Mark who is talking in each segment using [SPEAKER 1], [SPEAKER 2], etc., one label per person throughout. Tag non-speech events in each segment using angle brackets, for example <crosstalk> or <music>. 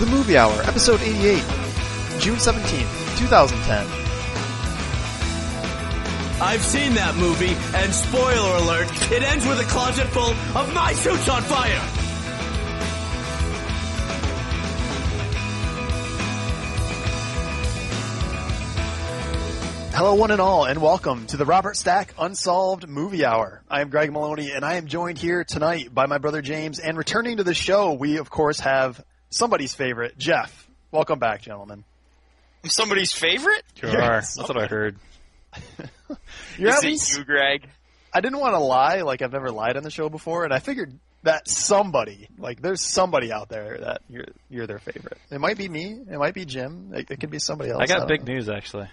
[SPEAKER 1] The Movie Hour, Episode 88, June 17th, 2010.
[SPEAKER 2] I've seen that movie, and spoiler alert, it ends with a closet full of my suits on fire!
[SPEAKER 1] Hello, one and all, and welcome to the Robert Stack Unsolved Movie Hour. I am Greg Maloney, and I am joined here tonight by my brother James. And returning to the show, we of course have somebody's favorite, Jeff. Welcome back, gentlemen.
[SPEAKER 3] Somebody's favorite?
[SPEAKER 4] Sure.
[SPEAKER 1] Yes.
[SPEAKER 4] That's what I heard.
[SPEAKER 1] You're
[SPEAKER 3] Is
[SPEAKER 1] having
[SPEAKER 3] it you, Greg?
[SPEAKER 1] I didn't want to lie, like I've never lied on the show before, and I figured that somebody, like there's somebody out there that you're you're their favorite. It might be me, it might be Jim, it, it could be somebody else.
[SPEAKER 4] I got
[SPEAKER 1] don't
[SPEAKER 4] big
[SPEAKER 1] know.
[SPEAKER 4] news actually.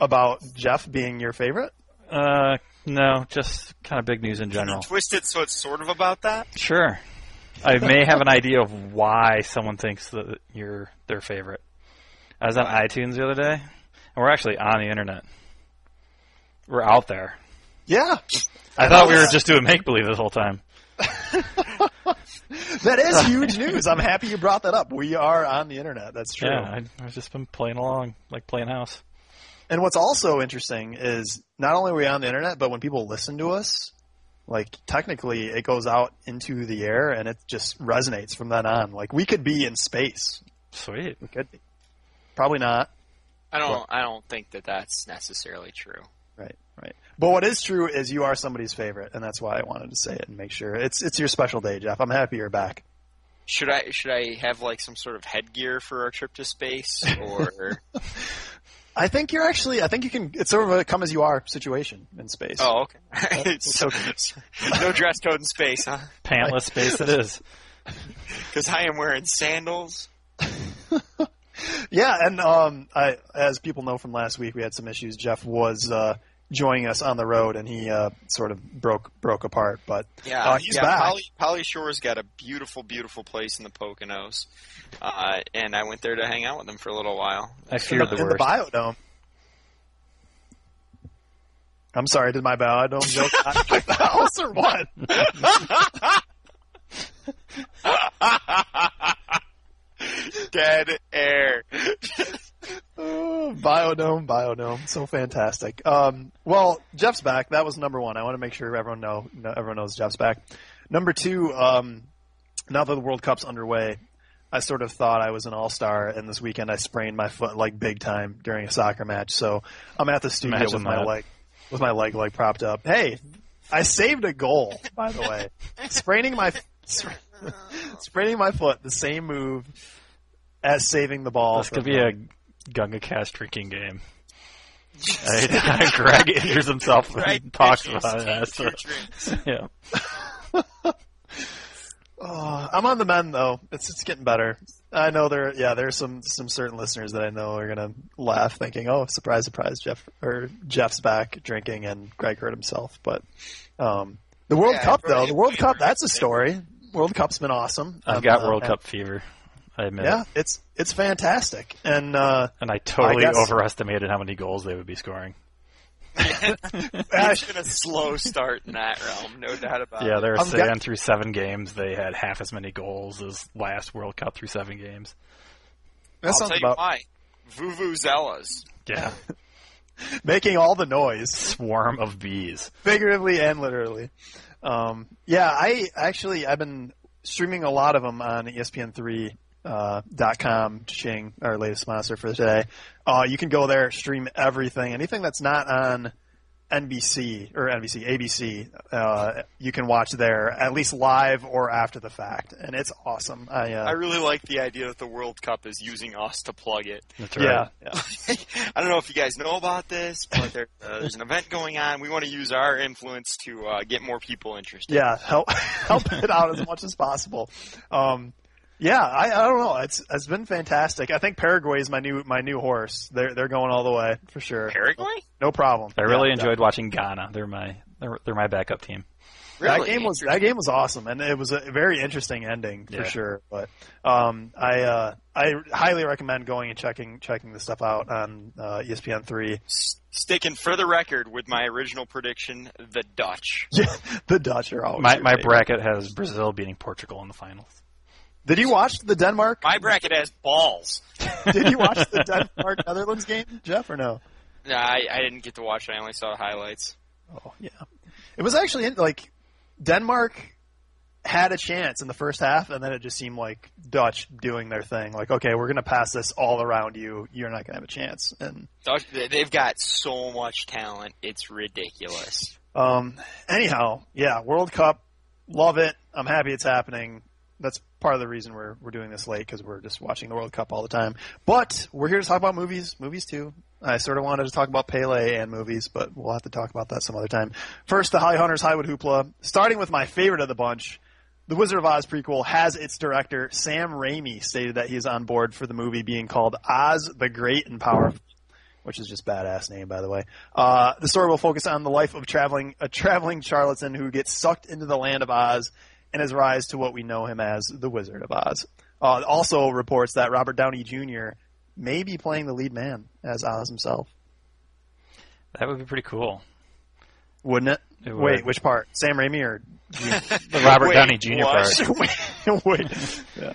[SPEAKER 1] about Jeff being your favorite.
[SPEAKER 4] Uh, no, just kind of big news in general.
[SPEAKER 3] Twisted, so it's sort of about that?
[SPEAKER 4] Sure. I may have an idea of why someone thinks that you're their favorite. I was on iTunes the other day, and we're actually on the internet. We're out there.
[SPEAKER 1] Yeah,
[SPEAKER 4] I thought we were just doing make believe this whole time.
[SPEAKER 1] that
[SPEAKER 4] <laughs>
[SPEAKER 1] is huge news. I'm happy you brought that up. We are on the internet. That's true.
[SPEAKER 4] Yeah, I, I've just been playing along, like playing house.
[SPEAKER 1] And what's also interesting is not only are we on the internet, but when people listen to us, like technically it goes out into the air and it just resonates from then on. Like we could be in space.
[SPEAKER 4] Sweet.
[SPEAKER 1] We could be. Probably not.
[SPEAKER 3] I don't. I don't think that that's necessarily true.
[SPEAKER 1] Right, right. But what is true is you are somebody's favorite, and that's why I wanted to say it and make sure it's it's your special day, Jeff. I'm happy you're back.
[SPEAKER 3] Should I? Should I have like some sort of headgear for our trip to space, <laughs> or
[SPEAKER 1] I think you're actually. I think you can. It's sort of a come as you are situation in space.
[SPEAKER 3] oh, okay, <laughs> It's-
[SPEAKER 1] <laughs> okay.
[SPEAKER 3] no dress code in space, huh?
[SPEAKER 4] Pantless space it is.
[SPEAKER 3] Because I am wearing sandals.
[SPEAKER 1] Yeah, and um, I, as people know from last week, we had some issues. Jeff was uh, joining us on the road, and he uh, sort of broke broke apart. But
[SPEAKER 3] Yeah,
[SPEAKER 4] Oh,
[SPEAKER 1] uh, he's
[SPEAKER 3] yeah.
[SPEAKER 1] back.
[SPEAKER 3] Polly, Polly Shore's got a beautiful, beautiful place in the Poconos, uh, and I went there to hang out with them for a little while.
[SPEAKER 4] I fear the
[SPEAKER 1] in the
[SPEAKER 4] worst.
[SPEAKER 1] biodome. I'm sorry, did my biodome joke
[SPEAKER 4] <laughs>
[SPEAKER 1] not make the house or what?
[SPEAKER 3] Dead air. <laughs>
[SPEAKER 1] Oh, biodome, biodome, so fantastic. Um, well, Jeff's back. That was number one. I want to make sure everyone know no- everyone knows Jeff's back. Number two, um, now that the World Cup's underway, I sort of thought I was an all star, and this weekend I sprained my foot like big time during a soccer match. So I'm at the studio
[SPEAKER 4] Imagine
[SPEAKER 1] with my
[SPEAKER 4] that.
[SPEAKER 1] leg with my leg like propped up. Hey, I saved a goal by the way, spraining my <laughs> spraining my foot, the same move as saving the ball.
[SPEAKER 4] This
[SPEAKER 1] from
[SPEAKER 4] could be
[SPEAKER 1] the-
[SPEAKER 4] a Gunga Cash drinking game. Right? <laughs> Greg injures himself and talks about it. after. Yeah.
[SPEAKER 1] Oh, I'm on the men though. It's it's getting better. I know there. Yeah, there's some some certain listeners that I know are gonna laugh, thinking, "Oh, surprise, surprise, Jeff or Jeff's back drinking and Greg hurt himself." But um, the World
[SPEAKER 3] Yeah,
[SPEAKER 1] Cup
[SPEAKER 3] bro,
[SPEAKER 1] though,
[SPEAKER 3] you-
[SPEAKER 1] the World
[SPEAKER 3] you
[SPEAKER 1] Cup,
[SPEAKER 3] were-
[SPEAKER 1] that's a story. World Cup's been awesome.
[SPEAKER 4] I've
[SPEAKER 1] Um,
[SPEAKER 4] got
[SPEAKER 1] uh,
[SPEAKER 4] World
[SPEAKER 1] and-
[SPEAKER 4] Cup fever. I admit
[SPEAKER 1] Yeah,
[SPEAKER 4] it.
[SPEAKER 1] it's it's fantastic, and
[SPEAKER 4] <laughs>
[SPEAKER 1] uh,
[SPEAKER 4] And I totally
[SPEAKER 1] I guess-
[SPEAKER 4] overestimated how many goals they would be scoring.
[SPEAKER 1] <laughs> I,
[SPEAKER 3] It's been a slow start in that realm, no doubt about
[SPEAKER 4] yeah,
[SPEAKER 3] it.
[SPEAKER 4] they're
[SPEAKER 1] I've
[SPEAKER 4] saying
[SPEAKER 1] got-
[SPEAKER 4] through seven games they had half as many goals as last World Cup through seven games.
[SPEAKER 1] that
[SPEAKER 3] I'll
[SPEAKER 1] sounds
[SPEAKER 3] tell you
[SPEAKER 1] about
[SPEAKER 3] why. Vuvuzelas.
[SPEAKER 4] Yeah.
[SPEAKER 1] making all the noise.
[SPEAKER 4] <laughs> Swarm of bees.
[SPEAKER 1] figuratively and literally. Um, yeah, I actually I've been streaming a lot of them on E ESPN3 uh, dot com Ching, our latest sponsor for today. Uh, you can go there, stream everything, anything that's not on NBC or NBC ABC. Uh, you can watch there at least live or after the fact, and it's awesome. I, uh,
[SPEAKER 3] I really like the idea that the World Cup is using us to plug it.
[SPEAKER 4] That's right.
[SPEAKER 1] yeah, yeah,
[SPEAKER 3] <laughs> I don't know if you guys know about this, but there,
[SPEAKER 1] <laughs>
[SPEAKER 3] uh, there's an event going on. We want to use our influence to uh, get more people interested.
[SPEAKER 1] yeah, help <laughs> help it out as much as possible. Um, yeah, I, I don't know. It's it's been fantastic. I think Paraguay is my new my new horse. They're they're going all the way for sure.
[SPEAKER 3] Paraguay?
[SPEAKER 1] No problem.
[SPEAKER 4] I really
[SPEAKER 1] Yeah,
[SPEAKER 4] enjoyed watching Ghana. They're my they're, they're my backup team.
[SPEAKER 1] yeah.
[SPEAKER 3] Really?
[SPEAKER 1] That game was that game was awesome, and it was a very interesting ending for
[SPEAKER 4] Yeah.
[SPEAKER 1] sure. But um, I uh, I highly recommend going and checking checking this stuff out on uh, ESPN three.
[SPEAKER 3] S- Sticking for the record with my original prediction, the Dutch.
[SPEAKER 1] Yeah, the Dutch are always
[SPEAKER 4] My
[SPEAKER 1] your
[SPEAKER 4] my
[SPEAKER 1] favorite.
[SPEAKER 4] bracket has Brazil beating Portugal in the finals.
[SPEAKER 1] Did you watch the Denmark?
[SPEAKER 3] My bracket has balls.
[SPEAKER 1] Did you watch the Denmark Netherlands game, Jeff, or no?
[SPEAKER 3] Nah, I, I didn't get to watch it. I only saw highlights.
[SPEAKER 1] Oh yeah, it was actually in- like Denmark had a chance in the first half, and then it just seemed like Dutch doing their thing. Like, okay, we're gonna pass this all around you. You're not gonna have a chance. And
[SPEAKER 3] Dutch- they- They've got so much talent. It's ridiculous.
[SPEAKER 1] um, anyhow, yeah, World Cup, love it. I'm happy it's happening. That's part of the reason we're we're doing this late because we're just watching the World Cup all the time. But we're here to talk about movies, movies too. I sort of wanted to talk about Pele and movies, but we'll have to talk about that some other time. First, the High Hunters Highwood Hoopla, starting with my favorite of the bunch. The Wizard of Oz prequel has its director, Sam Raimi, stated that he is on board for the movie being called Oz the Great and Powerful which is just badass name by the way. Uh, the story will focus on the life of traveling a traveling charlatan who gets sucked into the land of Oz and his rise to what we know him as the Wizard of Oz. Uh, it also reports that Robert Downey Jr. may be playing the lead man as Oz himself.
[SPEAKER 4] That would be pretty cool.
[SPEAKER 1] Wouldn't it?
[SPEAKER 4] It would.
[SPEAKER 1] Wait, which part? Sam Raimi or <laughs>
[SPEAKER 4] The Robert
[SPEAKER 3] Wait,
[SPEAKER 4] Downey Jr.
[SPEAKER 3] what?
[SPEAKER 4] part.
[SPEAKER 1] wait? Yeah.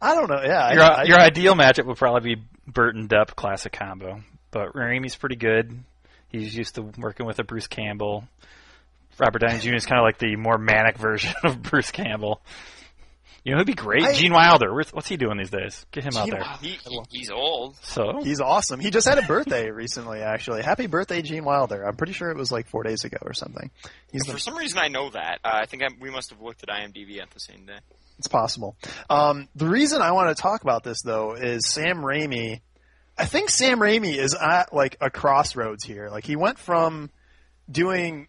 [SPEAKER 1] I don't know. Yeah,
[SPEAKER 4] Your,
[SPEAKER 1] I, I-
[SPEAKER 4] your ideal matchup would probably be Burt and Depp classic combo, but Raimi's pretty good. He's used to working with a Bruce Campbell. Robert Downey Jr. is kind of like the more manic version <laughs> of Bruce Campbell. You know, he'd be great.
[SPEAKER 1] I-
[SPEAKER 4] Gene Wilder. Where's- What's he doing these days? Get him out
[SPEAKER 1] Gene
[SPEAKER 4] there.
[SPEAKER 1] Wilder.
[SPEAKER 3] <laughs> He, he's old.
[SPEAKER 4] So
[SPEAKER 1] He's awesome. He just had a birthday <laughs> recently, actually. Happy birthday, Gene Wilder. I'm pretty sure it was like four days ago or something. He's the
[SPEAKER 3] For some reason, I know that. Uh, I think I, we must have looked at IMDb at the same day.
[SPEAKER 1] It's possible. Um, the reason I want to talk about this though is Sam Raimi. I think Sam Raimi is at like a crossroads here. Like he went from doing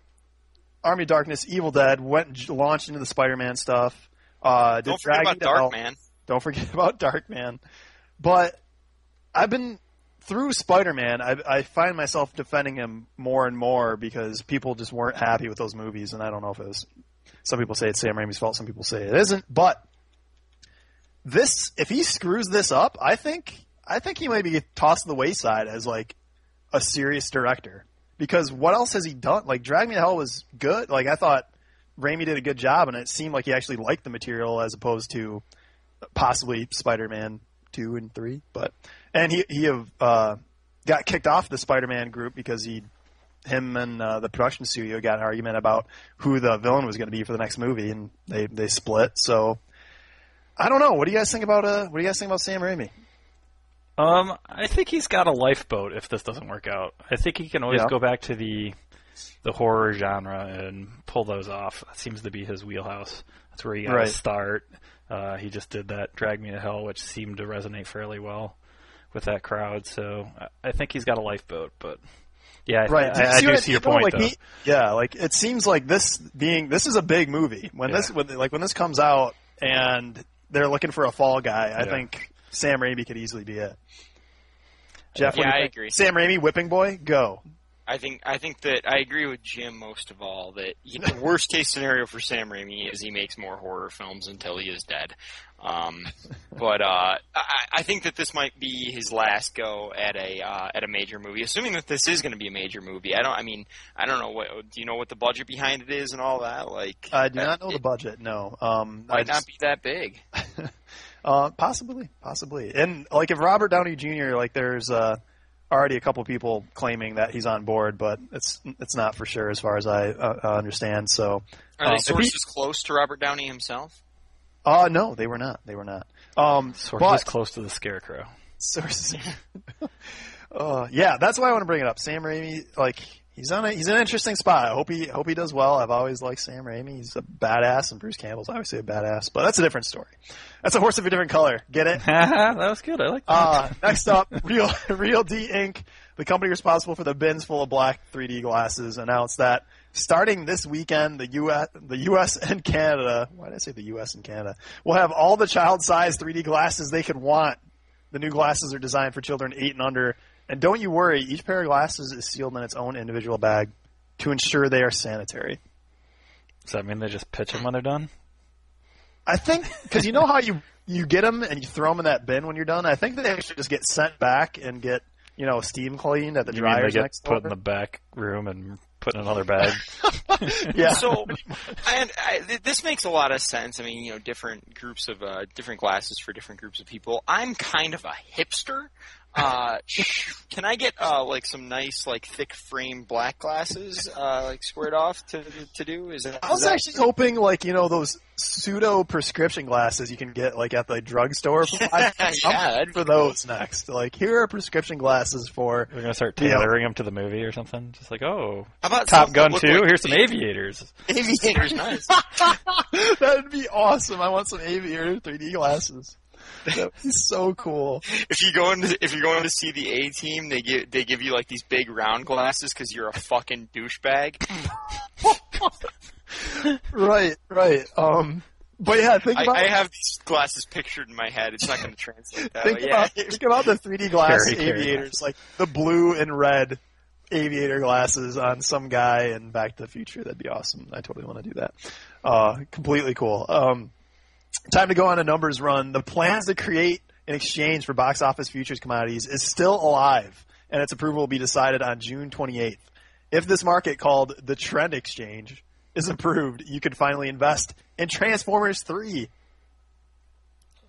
[SPEAKER 1] Army of Darkness, Evil Dead, went j- launched into the Spider-Man stuff. Uh, did
[SPEAKER 3] Don't forget
[SPEAKER 1] Dragon
[SPEAKER 3] about
[SPEAKER 1] Ball.
[SPEAKER 3] Dark Man.
[SPEAKER 1] Don't forget <laughs> about Darkman. But I've been through Spider-Man. I, I find myself defending him more and more because people just weren't happy with those movies, and I don't know if it was. Some people say it's Sam Raimi's fault. Some people say it isn't. But this, if he screws this up, I think I think he might be tossed to the wayside as like a serious director because what else has he done? Like Drag Me to Hell was good. Like I thought Raimi did a good job, and it seemed like he actually liked the material as opposed to possibly Spider-Man two and three, but and he he have, uh, got kicked off the Spider-Man group because he him and uh, the production studio got an argument about who the villain was going to be for the next movie, and they they split. So I don't know. What do you guys think about uh What do you guys think about Sam Raimi?
[SPEAKER 4] Um, I think he's got a lifeboat if this doesn't work out. I think he can always
[SPEAKER 1] Yeah.
[SPEAKER 4] go back to the the horror genre and pull those off. That seems to be his wheelhouse. That's where he got
[SPEAKER 1] Right.
[SPEAKER 4] his start. Uh, he just did that Drag Me to Hell, which seemed to resonate fairly well with that crowd. So I, I think he's got a lifeboat, but yeah, I-
[SPEAKER 1] Right.
[SPEAKER 4] I, I,
[SPEAKER 1] what
[SPEAKER 4] do see your
[SPEAKER 1] though?
[SPEAKER 4] point
[SPEAKER 1] Like,
[SPEAKER 4] though.
[SPEAKER 1] he- yeah, like it seems like this being this is a big movie. When this
[SPEAKER 4] Yeah.
[SPEAKER 1] when like when this comes out and they're looking for a fall guy, I
[SPEAKER 4] Yeah.
[SPEAKER 1] think Sam Raimi could easily be it. Jeff, what
[SPEAKER 3] Yeah,
[SPEAKER 1] do you
[SPEAKER 3] I
[SPEAKER 1] think?
[SPEAKER 3] agree.
[SPEAKER 1] Sam Raimi, Whipping Boy, go.
[SPEAKER 3] I think I think that I agree with Jim most of all that he- the worst case scenario for Sam Raimi is he makes more horror films until he is dead. Um, but uh, I, I think that this might be his last go at a uh, at a major movie, assuming that this is going to be a major movie. I don't. I mean, I don't know what. Do you know what the budget behind it is and all that? Like,
[SPEAKER 1] I do not know the
[SPEAKER 3] It
[SPEAKER 1] budget. No, um, I
[SPEAKER 3] might
[SPEAKER 1] just-
[SPEAKER 3] not be that big.
[SPEAKER 1] Uh, possibly, possibly, and like if Robert Downey Jr. like there's uh, already a couple people claiming that he's on board, but it's it's not for sure as far as I uh, uh, understand. So,
[SPEAKER 3] Are
[SPEAKER 1] um, if
[SPEAKER 3] they
[SPEAKER 1] he-
[SPEAKER 3] sources close to Robert Downey himself?
[SPEAKER 1] Uh, no, they were not. They were not. Um,
[SPEAKER 4] Sort of
[SPEAKER 1] but
[SPEAKER 4] just close to the scarecrow. <laughs>
[SPEAKER 1] sources. <laughs> uh, yeah, that's why I want to bring it up. Sam Raimi, like he's on a, he's in an interesting spot. I hope he hope he does well. I've always liked Sam Raimi. He's a badass, and Bruce Campbell's obviously a badass, but that's a different story. That's a horse of a different color. Get it?
[SPEAKER 4] that was good. I like that.
[SPEAKER 1] Uh, next up, <laughs> Real Real D Inc., the company responsible for the bins full of black 3D glasses, announced that starting this weekend, the U.S. the U.S. <laughs> and Canada. Why did I say the U.S. and Canada? Will have all the child-sized 3D glasses they could want. The new glasses are designed for children eight and under. And don't you worry, each pair of glasses is sealed in its own individual bag to ensure they are sanitary.
[SPEAKER 4] Does that mean they just pitch him when they're done?
[SPEAKER 1] I think because you know how you you get them and you throw them in that bin when you're done. I think they actually just get sent back and get you know steam cleaned at the
[SPEAKER 4] You mean
[SPEAKER 1] dryers
[SPEAKER 4] they
[SPEAKER 1] <laughs>
[SPEAKER 4] get
[SPEAKER 1] next
[SPEAKER 4] put
[SPEAKER 1] door.
[SPEAKER 4] in the back room and put in another bag.
[SPEAKER 1] Yeah.
[SPEAKER 3] So, and I, th- this makes a lot of sense. I mean, you know, different groups of uh, different glasses for different groups of people. I'm kind of a hipster.
[SPEAKER 4] <laughs>
[SPEAKER 3] Uh, can I get uh, like some nice, like thick frame black glasses, uh, like squared off to to do? Is that,
[SPEAKER 1] I was
[SPEAKER 3] is that-
[SPEAKER 1] actually hoping, like, you know, those pseudo prescription glasses you can get, like, at the <laughs> drugstore. for five bucks. I'm
[SPEAKER 3] <laughs> Yeah, that'd be
[SPEAKER 1] for those next. Like, here are prescription glasses for.
[SPEAKER 4] We're gonna start
[SPEAKER 1] Yeah.
[SPEAKER 4] tailoring them to the movie or something. Just like, oh,
[SPEAKER 3] How about
[SPEAKER 4] Top
[SPEAKER 3] something that
[SPEAKER 4] Gun
[SPEAKER 3] looked
[SPEAKER 4] Two.
[SPEAKER 3] like
[SPEAKER 4] Here's some aviators.
[SPEAKER 3] <laughs> aviators?
[SPEAKER 4] <laughs>
[SPEAKER 3] Nice.
[SPEAKER 1] <laughs> That'd be awesome. I want some aviator 3D glasses. That'd be so cool.
[SPEAKER 3] if you go into if you're going to see the A team, they give they give you like these big round glasses because you're a fucking douchebag.
[SPEAKER 1] Right, right. Um, but yeah, think
[SPEAKER 3] I,
[SPEAKER 1] about
[SPEAKER 3] I have these glasses pictured in my head. It's not going to translate
[SPEAKER 1] <laughs>
[SPEAKER 3] that.
[SPEAKER 1] think
[SPEAKER 3] but yeah.
[SPEAKER 1] about think about the
[SPEAKER 4] <laughs>
[SPEAKER 1] 3D glass
[SPEAKER 4] Carry, carry
[SPEAKER 1] aviators, like the blue and red aviator glasses on some guy in Back to the Future. That'd be awesome. I totally want to do that. Uh, completely cool. Um, time to go on a numbers run. The plans to create an exchange for box office futures commodities is still alive, and its approval will be decided on June 28th. If this market called the Trend Exchange is approved, you could finally invest in Transformers 3.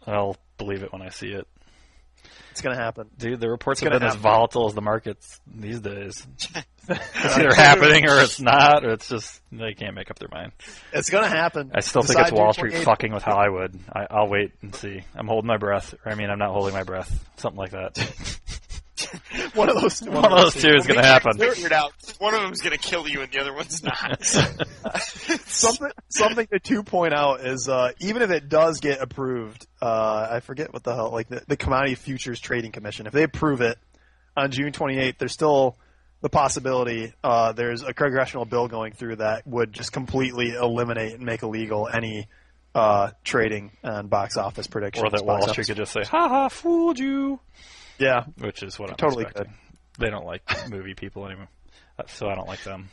[SPEAKER 4] I'll believe it when I see it.
[SPEAKER 1] It's going to happen.
[SPEAKER 4] Dude, the reports
[SPEAKER 1] It's
[SPEAKER 4] have
[SPEAKER 1] gonna
[SPEAKER 4] been as
[SPEAKER 1] happen.
[SPEAKER 4] volatable as the markets
[SPEAKER 1] <laughs>
[SPEAKER 4] these days. It's either happening or it's not, or it's just they can't make up their mind.
[SPEAKER 1] It's going to happen.
[SPEAKER 4] I still think
[SPEAKER 1] Decide
[SPEAKER 4] it's Wall
[SPEAKER 1] June
[SPEAKER 4] Street
[SPEAKER 1] 28th.
[SPEAKER 4] fucking with Hollywood. I, I'll wait and see. I'm holding my breath. Or, I mean, I'm not holding my breath. Something
[SPEAKER 1] <laughs>
[SPEAKER 4] like that.
[SPEAKER 1] One of those.
[SPEAKER 4] One of those two is going to happen.
[SPEAKER 3] Figure it out. One of them's going to kill you, and the other one's
[SPEAKER 1] <laughs>
[SPEAKER 3] not.
[SPEAKER 1] Something, something to two point out is uh, even if it does get approved, uh, I forget what the hell, like the, the Commodity Futures Trading Commission, if they approve it on June 28th, there's still the possibility uh, there's a congressional bill going through that would just completely eliminate and make illegal any uh, trading on box office predictions.
[SPEAKER 4] <laughs> Or that
[SPEAKER 1] box
[SPEAKER 4] Wall
[SPEAKER 1] office-
[SPEAKER 4] Street could just say, ha ha, fooled you.
[SPEAKER 1] Yeah,
[SPEAKER 4] Which is what I'm
[SPEAKER 1] Totally
[SPEAKER 4] expecting. They don't like movie people anymore. Uh, So I don't like them.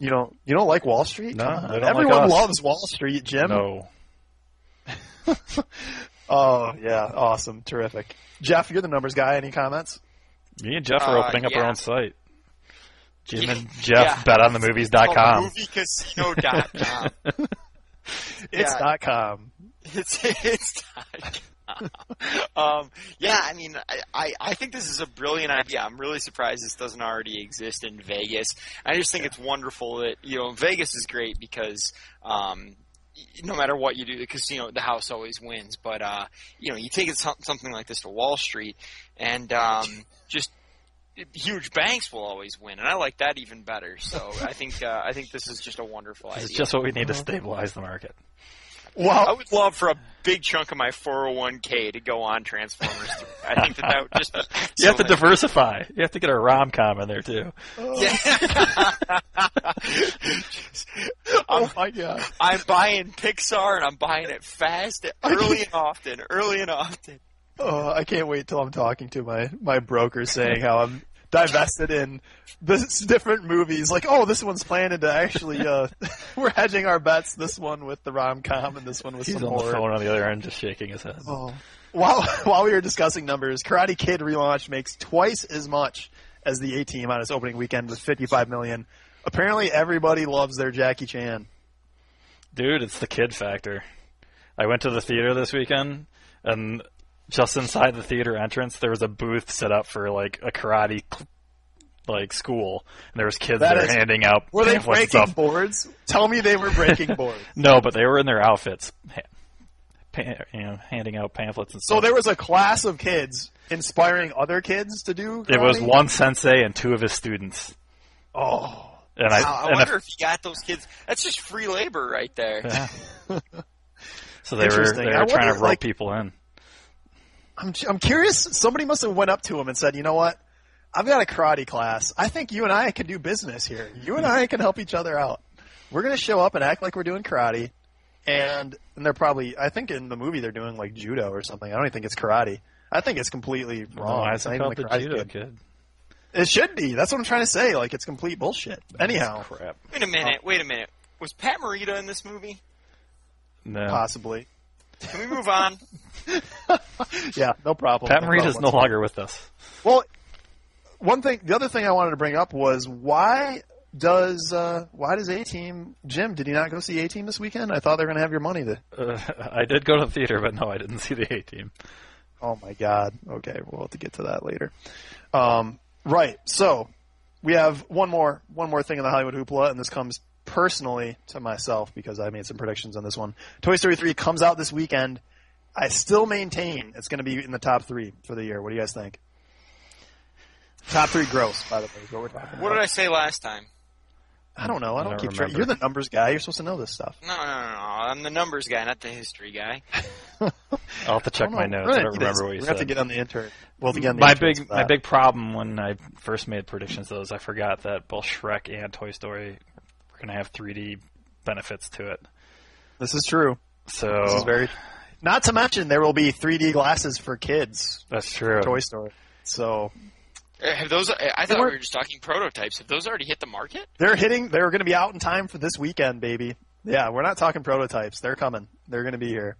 [SPEAKER 1] you don't you don't like Wall Street?
[SPEAKER 4] No,
[SPEAKER 1] Come on.
[SPEAKER 4] they don't like
[SPEAKER 1] everyone
[SPEAKER 4] us.
[SPEAKER 1] loves Wall Street, Jim.
[SPEAKER 4] No.
[SPEAKER 1] Oh yeah, awesome, terrific. Jeff, you're the numbers guy. Any comments?
[SPEAKER 4] Me and Jeff are
[SPEAKER 3] Uh,
[SPEAKER 4] opening up our
[SPEAKER 3] yeah.
[SPEAKER 4] own site. Jim
[SPEAKER 3] <laughs>
[SPEAKER 4] and
[SPEAKER 3] Yeah.
[SPEAKER 4] Jeff bet on the movies.com.
[SPEAKER 3] MovieCasino.com.
[SPEAKER 1] <laughs> It's
[SPEAKER 3] Yeah.
[SPEAKER 1] dot com.
[SPEAKER 3] <laughs> It's it's not. um, yeah, I mean, I, I, I think this is a brilliant idea. I'm really surprised this doesn't already exist in Vegas. I just think it's wonderful that you know Vegas is great because um, y- no matter what you do, the casino, the house always wins. But uh, you know, you take it, some- something like this to Wall Street, and um, just huge banks will always win, and I like that even better. So I think uh, I think this is just a wonderful
[SPEAKER 4] It's
[SPEAKER 3] idea.
[SPEAKER 4] just what we need to stabilize the market.
[SPEAKER 3] I
[SPEAKER 1] Well,
[SPEAKER 3] would love for a big chunk of my 401k to go on Transformers. 3. I think that that would
[SPEAKER 4] <laughs>
[SPEAKER 3] just be
[SPEAKER 4] You have to
[SPEAKER 3] excellent.
[SPEAKER 4] diversify. You have to get a rom com in there too.
[SPEAKER 3] Oh, Yeah. I'm,
[SPEAKER 1] <laughs> oh my god,
[SPEAKER 3] I'm buying Pixar and I'm buying it fast, early and often, early and often.
[SPEAKER 1] oh, I can't wait till I'm talking to my my broker saying how I'm divested in this different movies. Like, oh, this one's planning to actually uh, <laughs> we're hedging our bets. This one with the rom com, and this one with
[SPEAKER 4] He's
[SPEAKER 1] some
[SPEAKER 4] on the
[SPEAKER 1] horror.
[SPEAKER 4] phone on the other end, just shaking his head.
[SPEAKER 1] Oh. While <laughs> while we were discussing numbers, Karate Kid relaunch makes twice as much as the A Team on its opening weekend with 55 million. Apparently, everybody loves their Jackie Chan.
[SPEAKER 4] <laughs> Dude, it's the kid factor. I went to the theater this weekend, and just inside the theater entrance, there was a booth set up for like a karate cl- like school, and there was kids
[SPEAKER 1] That
[SPEAKER 4] that
[SPEAKER 1] is-
[SPEAKER 4] were handing out
[SPEAKER 1] Were they
[SPEAKER 4] pamphlets and
[SPEAKER 1] breaking
[SPEAKER 4] stuff.
[SPEAKER 1] boards? Tell me they were breaking boards. <laughs>
[SPEAKER 4] No, but they were in their outfits, ha- pa- you know, handing out pamphlets and
[SPEAKER 1] So
[SPEAKER 4] stuff.
[SPEAKER 1] there was a class of kids inspiring other kids to do.
[SPEAKER 4] it was
[SPEAKER 1] karate?
[SPEAKER 4] one sensei and two of his students,
[SPEAKER 1] Oh,
[SPEAKER 4] and I,
[SPEAKER 3] Wow, I
[SPEAKER 4] and a-
[SPEAKER 3] wonder if you got those kids. That's just free labor right there.
[SPEAKER 4] Yeah. so they were
[SPEAKER 1] Interesting.
[SPEAKER 4] they were
[SPEAKER 1] I
[SPEAKER 4] trying to
[SPEAKER 1] wonder,
[SPEAKER 4] rope
[SPEAKER 1] like-
[SPEAKER 4] people in.
[SPEAKER 1] I'm I'm curious. Somebody must have went up to him and said, "You know what? I've got a karate class. I think you and I can do business here. You and I can help each other out. We're gonna show up and act like we're doing karate." And, and they're probably, I think in the movie they're doing like judo or something. I don't even think it's karate. I think it's completely wrong.
[SPEAKER 4] Why
[SPEAKER 1] It's
[SPEAKER 4] is
[SPEAKER 1] not
[SPEAKER 4] it
[SPEAKER 1] even
[SPEAKER 4] called
[SPEAKER 1] the
[SPEAKER 4] the
[SPEAKER 1] Karate
[SPEAKER 4] judo
[SPEAKER 1] Kid.
[SPEAKER 4] kid?
[SPEAKER 1] It should be. That's what I'm trying to say. Like it's complete bullshit. Anyhow,
[SPEAKER 4] crap.
[SPEAKER 3] Wait a minute, wait a minute. Was Pat Morita in this movie?
[SPEAKER 4] No,
[SPEAKER 1] possibly.
[SPEAKER 3] Can we move on?
[SPEAKER 1] Yeah, no problem.
[SPEAKER 4] Pat
[SPEAKER 1] No
[SPEAKER 4] Morita's
[SPEAKER 1] problem
[SPEAKER 4] no longer with us.
[SPEAKER 1] Well, one thing, the other thing I wanted to bring up was why does uh, why does A Team Jim? Did you not go see A Team this weekend? I thought they were going to have your money. To,
[SPEAKER 4] Uh, I did go to the theater, but no, I didn't see the A team.
[SPEAKER 1] oh my God. Okay, we'll have to get to that later. Um, right. So we have one more one more thing in the Hollywood hoopla, and this comes personally to myself because I made some predictions on this one. Toy Story three comes out this weekend. I still maintain it's going to be in the top three for the year. What do you guys think? Top three gross, by the way, is what we're talking
[SPEAKER 3] What
[SPEAKER 1] about.
[SPEAKER 3] did I say last time?
[SPEAKER 1] I don't know. I don't,
[SPEAKER 4] I don't
[SPEAKER 1] keep track.
[SPEAKER 4] remember.
[SPEAKER 1] You're the numbers guy. You're supposed to know this stuff.
[SPEAKER 3] No, no, no, no. I'm the numbers guy, not the history guy.
[SPEAKER 4] I'll have
[SPEAKER 1] Oh,
[SPEAKER 4] to check my notes. I don't remember what you
[SPEAKER 1] we
[SPEAKER 4] said.
[SPEAKER 1] have to get on the intern. Well, to get on the
[SPEAKER 4] my
[SPEAKER 1] interns
[SPEAKER 4] big
[SPEAKER 1] for
[SPEAKER 4] my
[SPEAKER 1] that.
[SPEAKER 4] big problem when I first made predictions though is I forgot that both Shrek and Toy Story were gonna have 3D benefits to it.
[SPEAKER 1] This is true.
[SPEAKER 4] So
[SPEAKER 1] This is very. Not to mention there will be 3D glasses for kids.
[SPEAKER 4] that's true.
[SPEAKER 1] Toy Story. So
[SPEAKER 3] Uh, Have those? I I thought we
[SPEAKER 1] weren't-
[SPEAKER 3] were just talking prototypes. Have those already hit the market?
[SPEAKER 4] <laughs>
[SPEAKER 1] they're hitting. They're going to be out in time for this weekend, baby. Yeah, we're not talking prototypes. They're coming. They're going to be here.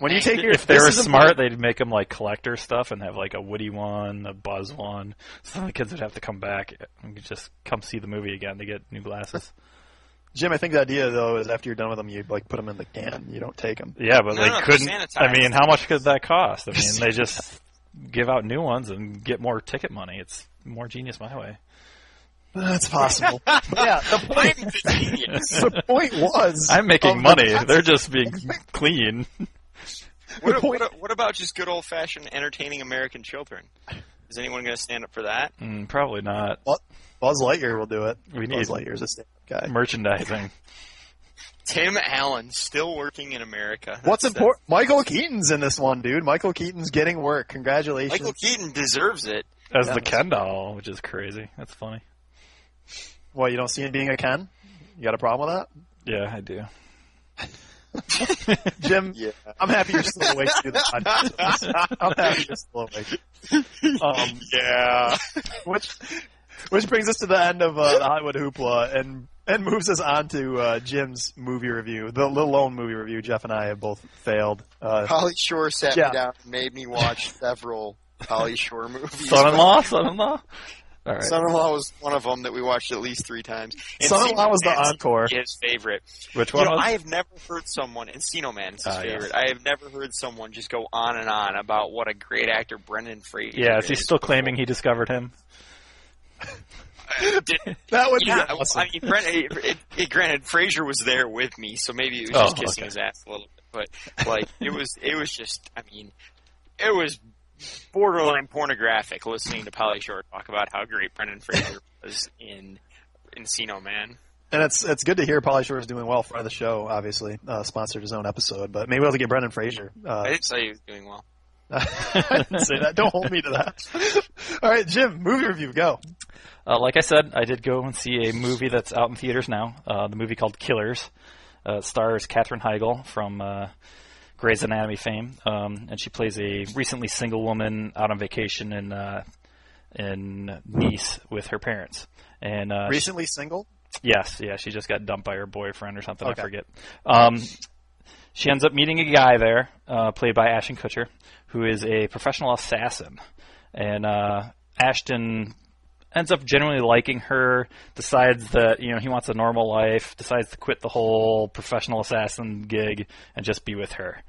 [SPEAKER 1] When you take your,
[SPEAKER 4] if they
[SPEAKER 1] this
[SPEAKER 4] were
[SPEAKER 1] is
[SPEAKER 4] smart,
[SPEAKER 1] important.
[SPEAKER 4] they'd make them like collector stuff and have like a Woody one, a Buzz one. So the kids would have to come back and could just come see the movie again to get new glasses.
[SPEAKER 1] Jim, I think the idea though is after you're done with them, you like put them in the can. You don't take them.
[SPEAKER 4] Yeah, but
[SPEAKER 3] No,
[SPEAKER 4] they
[SPEAKER 3] no, they're
[SPEAKER 4] couldn't. I
[SPEAKER 3] sanitized.
[SPEAKER 4] mean, how much could that cost? I mean,
[SPEAKER 3] <laughs>
[SPEAKER 4] they just give out new ones and get more ticket money. It's more genius my way.
[SPEAKER 1] That's
[SPEAKER 4] <laughs>
[SPEAKER 1] possible. But yeah, the
[SPEAKER 3] I'm
[SPEAKER 1] point.
[SPEAKER 3] the genius.
[SPEAKER 1] <laughs> The point was
[SPEAKER 4] I'm
[SPEAKER 1] of
[SPEAKER 4] making
[SPEAKER 1] the
[SPEAKER 4] money.
[SPEAKER 1] concept
[SPEAKER 4] They're just being clean.
[SPEAKER 3] What, what, what about just good old fashioned entertaining American children? Is anyone going to stand up for that?
[SPEAKER 4] Mm, probably not.
[SPEAKER 1] Bu- Buzz Lightyear will do it.
[SPEAKER 4] We need-
[SPEAKER 1] Buzz Lightyear's a stand-up guy.
[SPEAKER 4] Merchandising.
[SPEAKER 3] Tim Allen still working in America. That's-
[SPEAKER 1] What's
[SPEAKER 3] that's-
[SPEAKER 1] important? Michael Keaton's in this one, dude. Michael Keaton's getting work. Congratulations.
[SPEAKER 3] Michael Keaton deserves it.
[SPEAKER 4] As
[SPEAKER 1] Yeah.
[SPEAKER 4] the Ken doll, which is crazy. That's funny.
[SPEAKER 1] Well, you don't see him being a Ken. You got a problem with
[SPEAKER 4] Yeah, I do.
[SPEAKER 1] that, <laughs> Jim? I'm happy you're still awake to do the <laughs> podcast. I'm happy you're still awake. Um,
[SPEAKER 3] Yeah.
[SPEAKER 5] <laughs>
[SPEAKER 1] which which brings us to the end of uh, the Hollywood hoopla and and moves us on to uh, Jim's movie review, the Little Lone movie review. Jeff and I have both failed. Uh,
[SPEAKER 5] Polly Shore sat
[SPEAKER 1] Yeah.
[SPEAKER 5] me down and made me watch several Polly Shore movies.
[SPEAKER 4] <laughs> Son-in-law, son-in-law. All right.
[SPEAKER 5] Son-in-law was one of them that we watched at least three titimes.
[SPEAKER 3] And
[SPEAKER 1] Son-in-law was the
[SPEAKER 3] Encino Man's
[SPEAKER 1] encore.
[SPEAKER 3] His favorite.
[SPEAKER 4] Which
[SPEAKER 3] You
[SPEAKER 4] one?
[SPEAKER 3] know,
[SPEAKER 4] was-
[SPEAKER 3] I have never heard someone, Encino Man is his
[SPEAKER 4] Ah, yes.
[SPEAKER 3] favorite. I have never heard someone just go on and on about what a great actor Brendan Fraser
[SPEAKER 4] yeah,
[SPEAKER 3] is.
[SPEAKER 4] is he
[SPEAKER 3] <laughs>
[SPEAKER 4] still claiming he discovered him?
[SPEAKER 3] Did-
[SPEAKER 1] That would be
[SPEAKER 3] yeah,
[SPEAKER 1] awesome.
[SPEAKER 3] I mean, Brendan, it, it, it, granted, Fraser was there with me, so maybe it was
[SPEAKER 4] Oh,
[SPEAKER 3] just kissing
[SPEAKER 4] okay.
[SPEAKER 3] his ass a little bit. But like, it was, it was just, I mean, it was borderline pornographic listening to Polly Shore talk about how great Brendan Fraser was in Encino Man.
[SPEAKER 1] And it's it's good to hear Polly Shore is doing well for the show. Obviously, uh, sponsored his own episode, but maybe we'll have to get Brendan Fraser.
[SPEAKER 3] I
[SPEAKER 1] Uh,
[SPEAKER 3] didn't say he was doing well.
[SPEAKER 1] I didn't <laughs> say that. Don't hold me to that. <laughs> All right, Jim, movie review, go.
[SPEAKER 4] Uh, like I said, I did go and see a movie that's out in theaters now. Uh, the movie called Killers. Uh, it stars Katherine Heigl from uh, Grey's Anatomy fame, um, and she plays a recently single woman out on vacation in uh, in Nice with her parents. And uh,
[SPEAKER 1] Recently single.
[SPEAKER 4] Yes, yeah, she just got dumped by her boyfriend or something.
[SPEAKER 1] Okay.
[SPEAKER 4] I forget. Um, she ends up meeting a guy there, uh, played by Ashton Kutcher, who is a professional assassin, and uh, Ashton ends up generally liking her. Decides that you know he wants a normal life. Decides to quit the whole professional assassin gig and just be with her.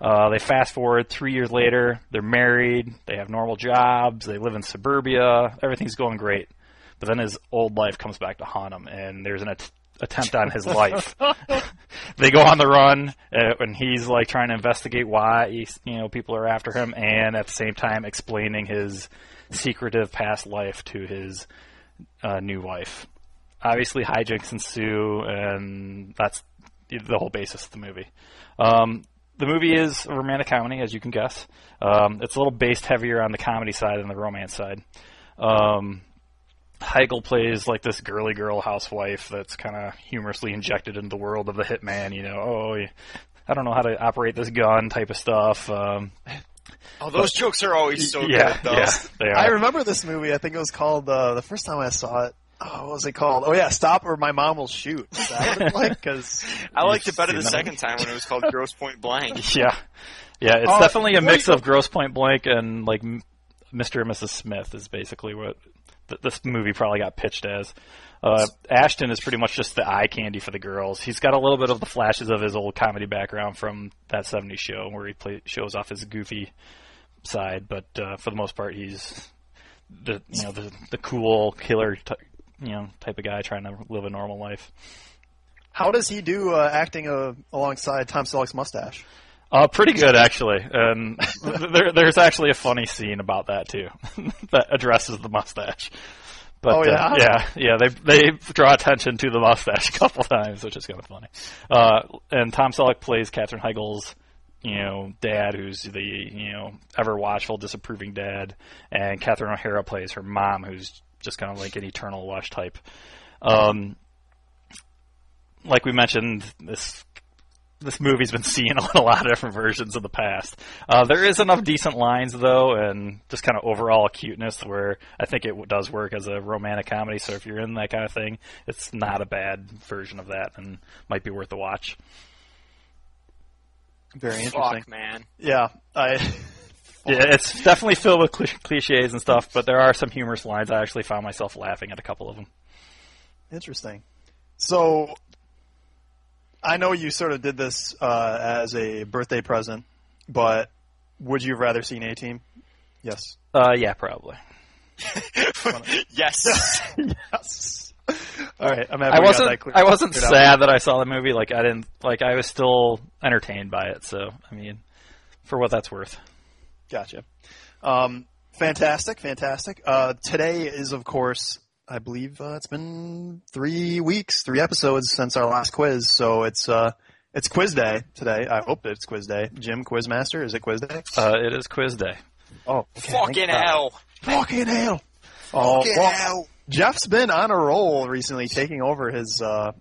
[SPEAKER 4] Uh, they fast forward three years later. They're married. They have normal jobs. They live in suburbia. Everything's going great. But then his old life comes back to haunt him, and there's an at- attempt on his life. they go on the run, uh, and he's like trying to investigate why he's, you know people are after him, and at the same time explaining his secretive past life to his uh, new wife. Obviously, hijinks ensue, and that's the whole basis of the movie. Um, the movie is a romantic comedy, as you can guess. Um, it's a little based heavier on the comedy side than the romance side. Um, Heigl plays like this girly girl housewife that's kind of humorously injected into the world of the hitman. You know, oh, yeah, I don't know how to operate this gun type of stuff. Um,
[SPEAKER 3] Oh, those jokes are always so
[SPEAKER 4] yeah,
[SPEAKER 3] good, though.
[SPEAKER 4] yeah, they are.
[SPEAKER 1] I remember this movie. I think it was called uh, the first time I saw it. Oh, what was it called? Oh yeah, Stop or My Mom Will Shoot. Is that what it's like? 'Cause
[SPEAKER 3] I liked it better
[SPEAKER 4] You've
[SPEAKER 3] the
[SPEAKER 4] seen
[SPEAKER 3] second
[SPEAKER 4] that
[SPEAKER 3] time when it was called Gross Point Blank.
[SPEAKER 4] <laughs> Yeah, yeah. It's
[SPEAKER 1] Oh,
[SPEAKER 4] definitely a
[SPEAKER 1] what
[SPEAKER 4] mix
[SPEAKER 1] do you-
[SPEAKER 4] of Gross Point Blank and like M- Mr. and Mrs. Smith is basically what th- this movie probably got pitched as. Uh, Ashton is pretty much just the eye candy for the girls. He's got a little bit of the flashes of his old comedy background from that '70s show, where he play, shows off his goofy side. But uh, for the most part, he's the you know the the cool killer t- you know type of guy trying to live a normal life.
[SPEAKER 1] How does he do uh, acting uh, alongside Tom Selleck's mustache?
[SPEAKER 4] Uh, pretty good actually. And <laughs> th- there, there's actually a funny scene about that too <laughs> that addresses the mustache. But,
[SPEAKER 1] Oh, yeah?
[SPEAKER 4] uh, yeah, yeah. They they draw attention to the mustache <laughs> a couple times, which is kind of funny. Uh, and Tom Selleck plays Katherine Heigl's, you know, dad, who's the you know ever watchful, disapproving dad, and Catherine O'Hara plays her mom, who's just kind of like an eternal lush type. Um, like we mentioned, this this movie's been seen on a <laughs> lot of different versions of the past. Uh, there is enough decent lines though, and just kind of overall cuteness where I think it w- does work as a romantic comedy. So if you're in that kind of thing, it's not a bad version of that, and might be worth a watch.
[SPEAKER 1] Very interesting.
[SPEAKER 3] Fuck, man.
[SPEAKER 1] Yeah, I.
[SPEAKER 4] Yeah, it's definitely filled with cli- cliches and stuff, but there are some humorous lines. I actually found myself laughing at a couple of them.
[SPEAKER 1] Interesting. So, I know you sort of did this uh, as a birthday present, but would you have rather seen A Team? Yes. <laughs>
[SPEAKER 4] Uh, yeah, probably.
[SPEAKER 3] <laughs> yes.
[SPEAKER 1] Yes. All right. I'm happy we
[SPEAKER 4] I
[SPEAKER 1] got
[SPEAKER 4] wasn't.
[SPEAKER 1] that clear-
[SPEAKER 4] I wasn't
[SPEAKER 1] cleared up.
[SPEAKER 4] sad that I saw the movie. Like I didn't. Like I was still entertained by it. So I mean, for what that's worth.
[SPEAKER 1] Gotcha. Um, fantastic, fantastic. Uh, today is, of course, I believe uh, it's been three weeks, three episodes since our last quiz. So it's uh, it's quiz day today. I hope it's quiz day. Jim, quizmaster, is it quiz day?
[SPEAKER 4] Uh, it is quiz day.
[SPEAKER 1] Oh, okay,
[SPEAKER 3] Fucking
[SPEAKER 1] thank God.
[SPEAKER 3] hell.
[SPEAKER 1] Fucking hell! Oh, well, Jeff's been on a roll recently, taking over his, uh,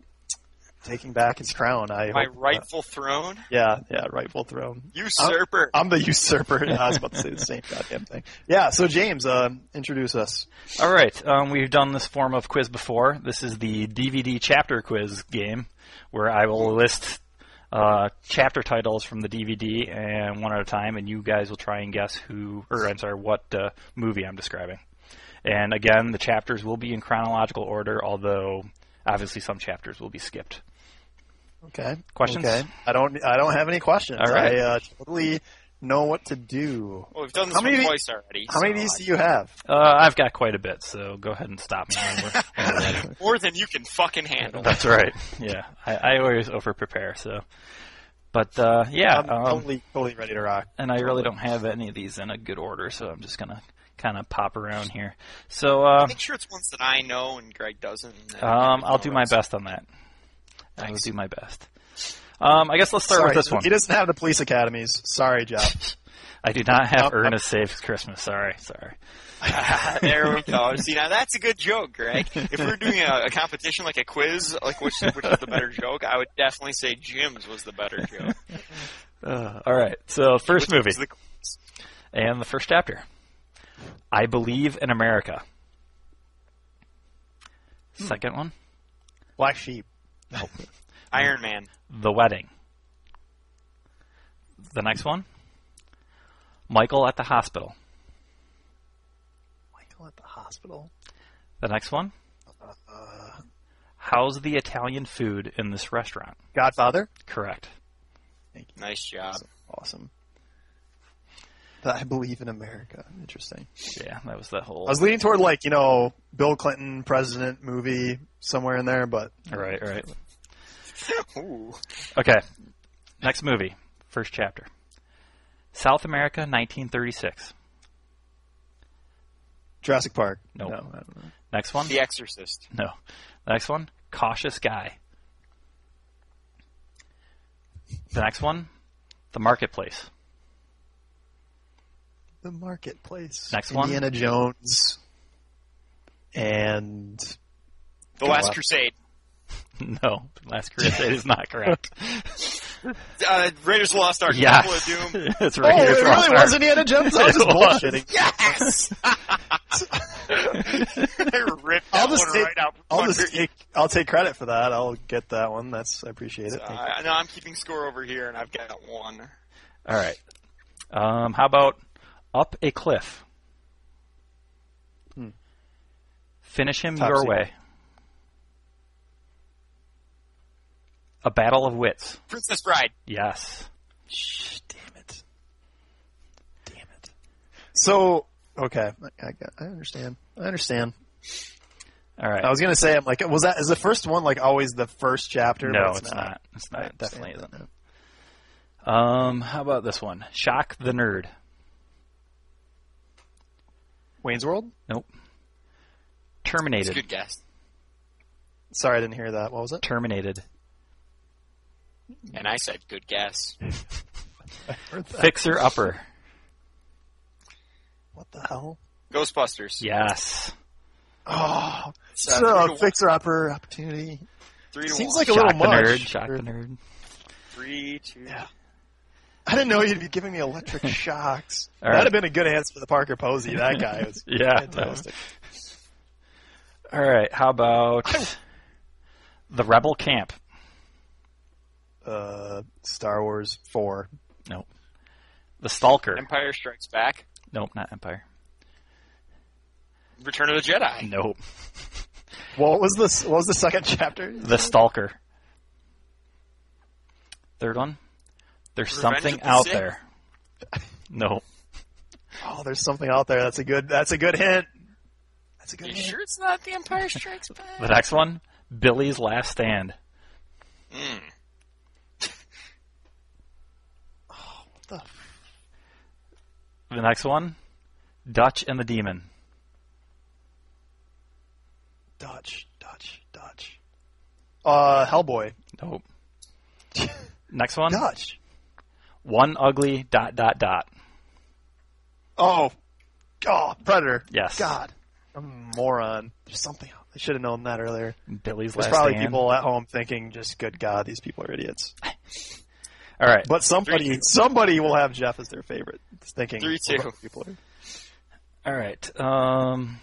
[SPEAKER 1] taking back his crown. I
[SPEAKER 3] My
[SPEAKER 1] hope, uh,
[SPEAKER 3] rightful throne.
[SPEAKER 1] yeah, yeah, rightful throne.
[SPEAKER 3] Usurper.
[SPEAKER 1] I'm the usurper. <laughs> I was about to say the same goddamn thing. Yeah. So James, uh, introduce us.
[SPEAKER 4] All right, um, we've done this form of quiz before. This is the DVD chapter quiz game, where I will list uh, chapter titles from the DVD and one at a time, and you guys will try and guess who, or I'm sorry, what uh, movie I'm describing. And again, the chapters will be in chronological order, although obviously some chapters will be skipped.
[SPEAKER 1] Okay.
[SPEAKER 4] Questions?
[SPEAKER 1] Okay. I don't. I don't have any questions.
[SPEAKER 4] All right.
[SPEAKER 1] I uh, totally know what to do.
[SPEAKER 3] well, we've done this
[SPEAKER 1] how many
[SPEAKER 3] one
[SPEAKER 1] of the-
[SPEAKER 3] twice already.
[SPEAKER 1] How many of
[SPEAKER 3] so
[SPEAKER 1] these do you have?
[SPEAKER 4] Uh, I've got quite a bit, so go ahead and stop me. When we're, when
[SPEAKER 3] <laughs>
[SPEAKER 4] we're ready.
[SPEAKER 3] I- More than you can fucking handle.
[SPEAKER 4] That's right. Yeah, I, I always over prepare. So, but uh,
[SPEAKER 1] <laughs>
[SPEAKER 4] yeah,
[SPEAKER 1] I'm
[SPEAKER 4] um,
[SPEAKER 1] totally, totally ready to rock.
[SPEAKER 4] and I really don't have any of these in a good order, so I'm just gonna kind of pop around here. So uh,
[SPEAKER 3] Make sure it's ones that I know and Greg doesn't. and then
[SPEAKER 4] um,
[SPEAKER 3] everyone
[SPEAKER 4] I'll do my
[SPEAKER 3] else.
[SPEAKER 4] best on that. I will do my best. Um, I guess let's start
[SPEAKER 1] Sorry,
[SPEAKER 4] with this one.
[SPEAKER 1] He doesn't have the police academies. Sorry, Jeff.
[SPEAKER 4] I do not have
[SPEAKER 1] No,
[SPEAKER 3] uh,
[SPEAKER 1] no.
[SPEAKER 4] Ernest Saves Christmas. Sorry, sorry.
[SPEAKER 3] <laughs> there we go. See, now that's a good joke,
[SPEAKER 4] <laughs>
[SPEAKER 3] Greg. If we we're doing a, a competition like a quiz, like which which is the better joke, I would definitely say Jim's was the better
[SPEAKER 4] <laughs>
[SPEAKER 3] joke.
[SPEAKER 4] Uh, all right. So first
[SPEAKER 3] Which
[SPEAKER 4] movie
[SPEAKER 3] was the-
[SPEAKER 4] and the first chapter. I believe in America.
[SPEAKER 3] Hmm.
[SPEAKER 4] Second one,
[SPEAKER 1] Black sheep.
[SPEAKER 3] Iron Man,
[SPEAKER 4] The Wedding. The next one, Michael at the hospital.
[SPEAKER 1] Michael at the hospital.
[SPEAKER 4] The next one. How's the Italian food in this restaurant?
[SPEAKER 1] Godfather.
[SPEAKER 4] Correct.
[SPEAKER 3] nice
[SPEAKER 1] <laughs>
[SPEAKER 3] job.
[SPEAKER 1] Awesome. That I believe in America. Interesting.
[SPEAKER 4] Yeah, that was the whole.
[SPEAKER 1] I was leaning toward like you know Bill Clinton president movie somewhere in there, but
[SPEAKER 4] Right, right.
[SPEAKER 3] Ooh,
[SPEAKER 4] Okay. Next movie, first chapter. South America, 1936.
[SPEAKER 1] Jurassic Park.
[SPEAKER 4] Nope.
[SPEAKER 1] No, I don't know.
[SPEAKER 4] Next one.
[SPEAKER 3] The Exorcist,
[SPEAKER 4] No. Next one. Cautious guy. The next one. The marketplace. <laughs>
[SPEAKER 1] The Marketplace.
[SPEAKER 4] Next one.
[SPEAKER 1] Indiana Jones. And
[SPEAKER 3] The Last
[SPEAKER 1] luck.
[SPEAKER 3] Crusade,
[SPEAKER 4] No, Last Crusade is not correct.
[SPEAKER 3] uh, Raiders of the Lost Ark,
[SPEAKER 4] yes,
[SPEAKER 3] Temple of
[SPEAKER 4] <laughs>
[SPEAKER 3] Doom.
[SPEAKER 4] it's
[SPEAKER 1] oh,
[SPEAKER 4] right
[SPEAKER 1] it
[SPEAKER 4] here.
[SPEAKER 1] really was Indiana Jones. <laughs> I was just
[SPEAKER 4] It was.
[SPEAKER 1] bullshitting. <laughs>
[SPEAKER 3] Yes, <laughs> they ripped that
[SPEAKER 1] I'll
[SPEAKER 3] one
[SPEAKER 1] just take,
[SPEAKER 3] right out. from
[SPEAKER 1] I'll
[SPEAKER 3] under
[SPEAKER 1] just
[SPEAKER 3] you.
[SPEAKER 1] take, I'll take credit for that. I'll get that one. That's I appreciate it. Thank you.
[SPEAKER 3] Uh, no, I'm keeping score over here, and I've got one.
[SPEAKER 4] All right. Um, how about up a cliff? Finish him
[SPEAKER 1] Hmm. Top
[SPEAKER 4] your
[SPEAKER 1] secret.
[SPEAKER 4] way. A battle of wits.
[SPEAKER 3] Princess Bride.
[SPEAKER 4] Yes.
[SPEAKER 1] Shh, damn it. Damn it. So, okay. I, I, I understand. I understand.
[SPEAKER 4] All right.
[SPEAKER 1] I was going to say, I'm like, was that, is the first one like always the first chapter?
[SPEAKER 4] no,
[SPEAKER 1] But
[SPEAKER 4] it's, not. It's not. It definitely
[SPEAKER 1] understand
[SPEAKER 4] isn't. Um, how about this one? Shock the nerd.
[SPEAKER 1] Wayne's World?
[SPEAKER 4] Nope.
[SPEAKER 3] It's a
[SPEAKER 4] Terminated.
[SPEAKER 3] good guess.
[SPEAKER 1] Sorry, I didn't hear that. What was it?
[SPEAKER 4] Terminated.
[SPEAKER 3] And I said good
[SPEAKER 1] <laughs>
[SPEAKER 3] guess.
[SPEAKER 4] Fixer upper.
[SPEAKER 1] What the hell?
[SPEAKER 3] Ghostbusters.
[SPEAKER 4] Yes.
[SPEAKER 1] Oh,
[SPEAKER 3] It's, uh, three
[SPEAKER 1] so
[SPEAKER 3] to
[SPEAKER 1] a fixer upper opportunity.
[SPEAKER 3] Three to
[SPEAKER 1] Seems
[SPEAKER 3] one.
[SPEAKER 1] like a
[SPEAKER 4] Shock
[SPEAKER 1] little
[SPEAKER 4] the
[SPEAKER 1] much.
[SPEAKER 4] nerd. Shock the nerd.
[SPEAKER 3] three to
[SPEAKER 1] Yeah. I didn't know you'd be giving me
[SPEAKER 4] <laughs>
[SPEAKER 1] electric shocks.
[SPEAKER 4] All
[SPEAKER 1] That'd
[SPEAKER 4] right.
[SPEAKER 1] have been a good answer for the Parker Posey. That
[SPEAKER 4] <laughs>
[SPEAKER 1] guy was
[SPEAKER 4] Yeah.
[SPEAKER 1] fantastic.
[SPEAKER 4] All right. How about the rebel camp?
[SPEAKER 1] Uh, Star Wars Four.
[SPEAKER 4] Nope. The stalker.
[SPEAKER 3] Empire Strikes Back.
[SPEAKER 4] Nope. Not empire.
[SPEAKER 3] Return of the Jedi.
[SPEAKER 4] Nope.
[SPEAKER 1] What was this? What was the second <laughs> chapter?
[SPEAKER 4] The Stalker. Third one. There's
[SPEAKER 3] Revenge of
[SPEAKER 4] something
[SPEAKER 3] the
[SPEAKER 4] out
[SPEAKER 3] Sith?
[SPEAKER 4] there. No.
[SPEAKER 1] Oh, there's something out there. That's a good. That's a good hint. That's a good
[SPEAKER 3] You
[SPEAKER 1] hint.
[SPEAKER 3] sure it's not The Empire
[SPEAKER 1] <laughs>
[SPEAKER 3] Strikes Back?
[SPEAKER 4] The next one. Billy's Last Stand.
[SPEAKER 3] Mm.
[SPEAKER 1] What the
[SPEAKER 4] The next one. Dutch and the Demon.
[SPEAKER 1] Dutch, Dutch, Dutch. Uh, Hellboy.
[SPEAKER 4] Nope. Next one.
[SPEAKER 1] Dutch.
[SPEAKER 4] One ugly dot dot dot.
[SPEAKER 1] Oh, oh, Predator.
[SPEAKER 4] Yes.
[SPEAKER 1] God, I'm a moron. There's something. out- I should have known that earlier.
[SPEAKER 4] Billy's
[SPEAKER 1] There's
[SPEAKER 4] Last
[SPEAKER 1] probably
[SPEAKER 4] Stand.
[SPEAKER 1] people at home thinking, just good God, these people are idiots.
[SPEAKER 4] All right.
[SPEAKER 1] But somebody, somebody will have Jeff as their favorite. It's thinking
[SPEAKER 3] Three,
[SPEAKER 1] well,
[SPEAKER 3] two.
[SPEAKER 1] those people are-
[SPEAKER 4] All right. Um,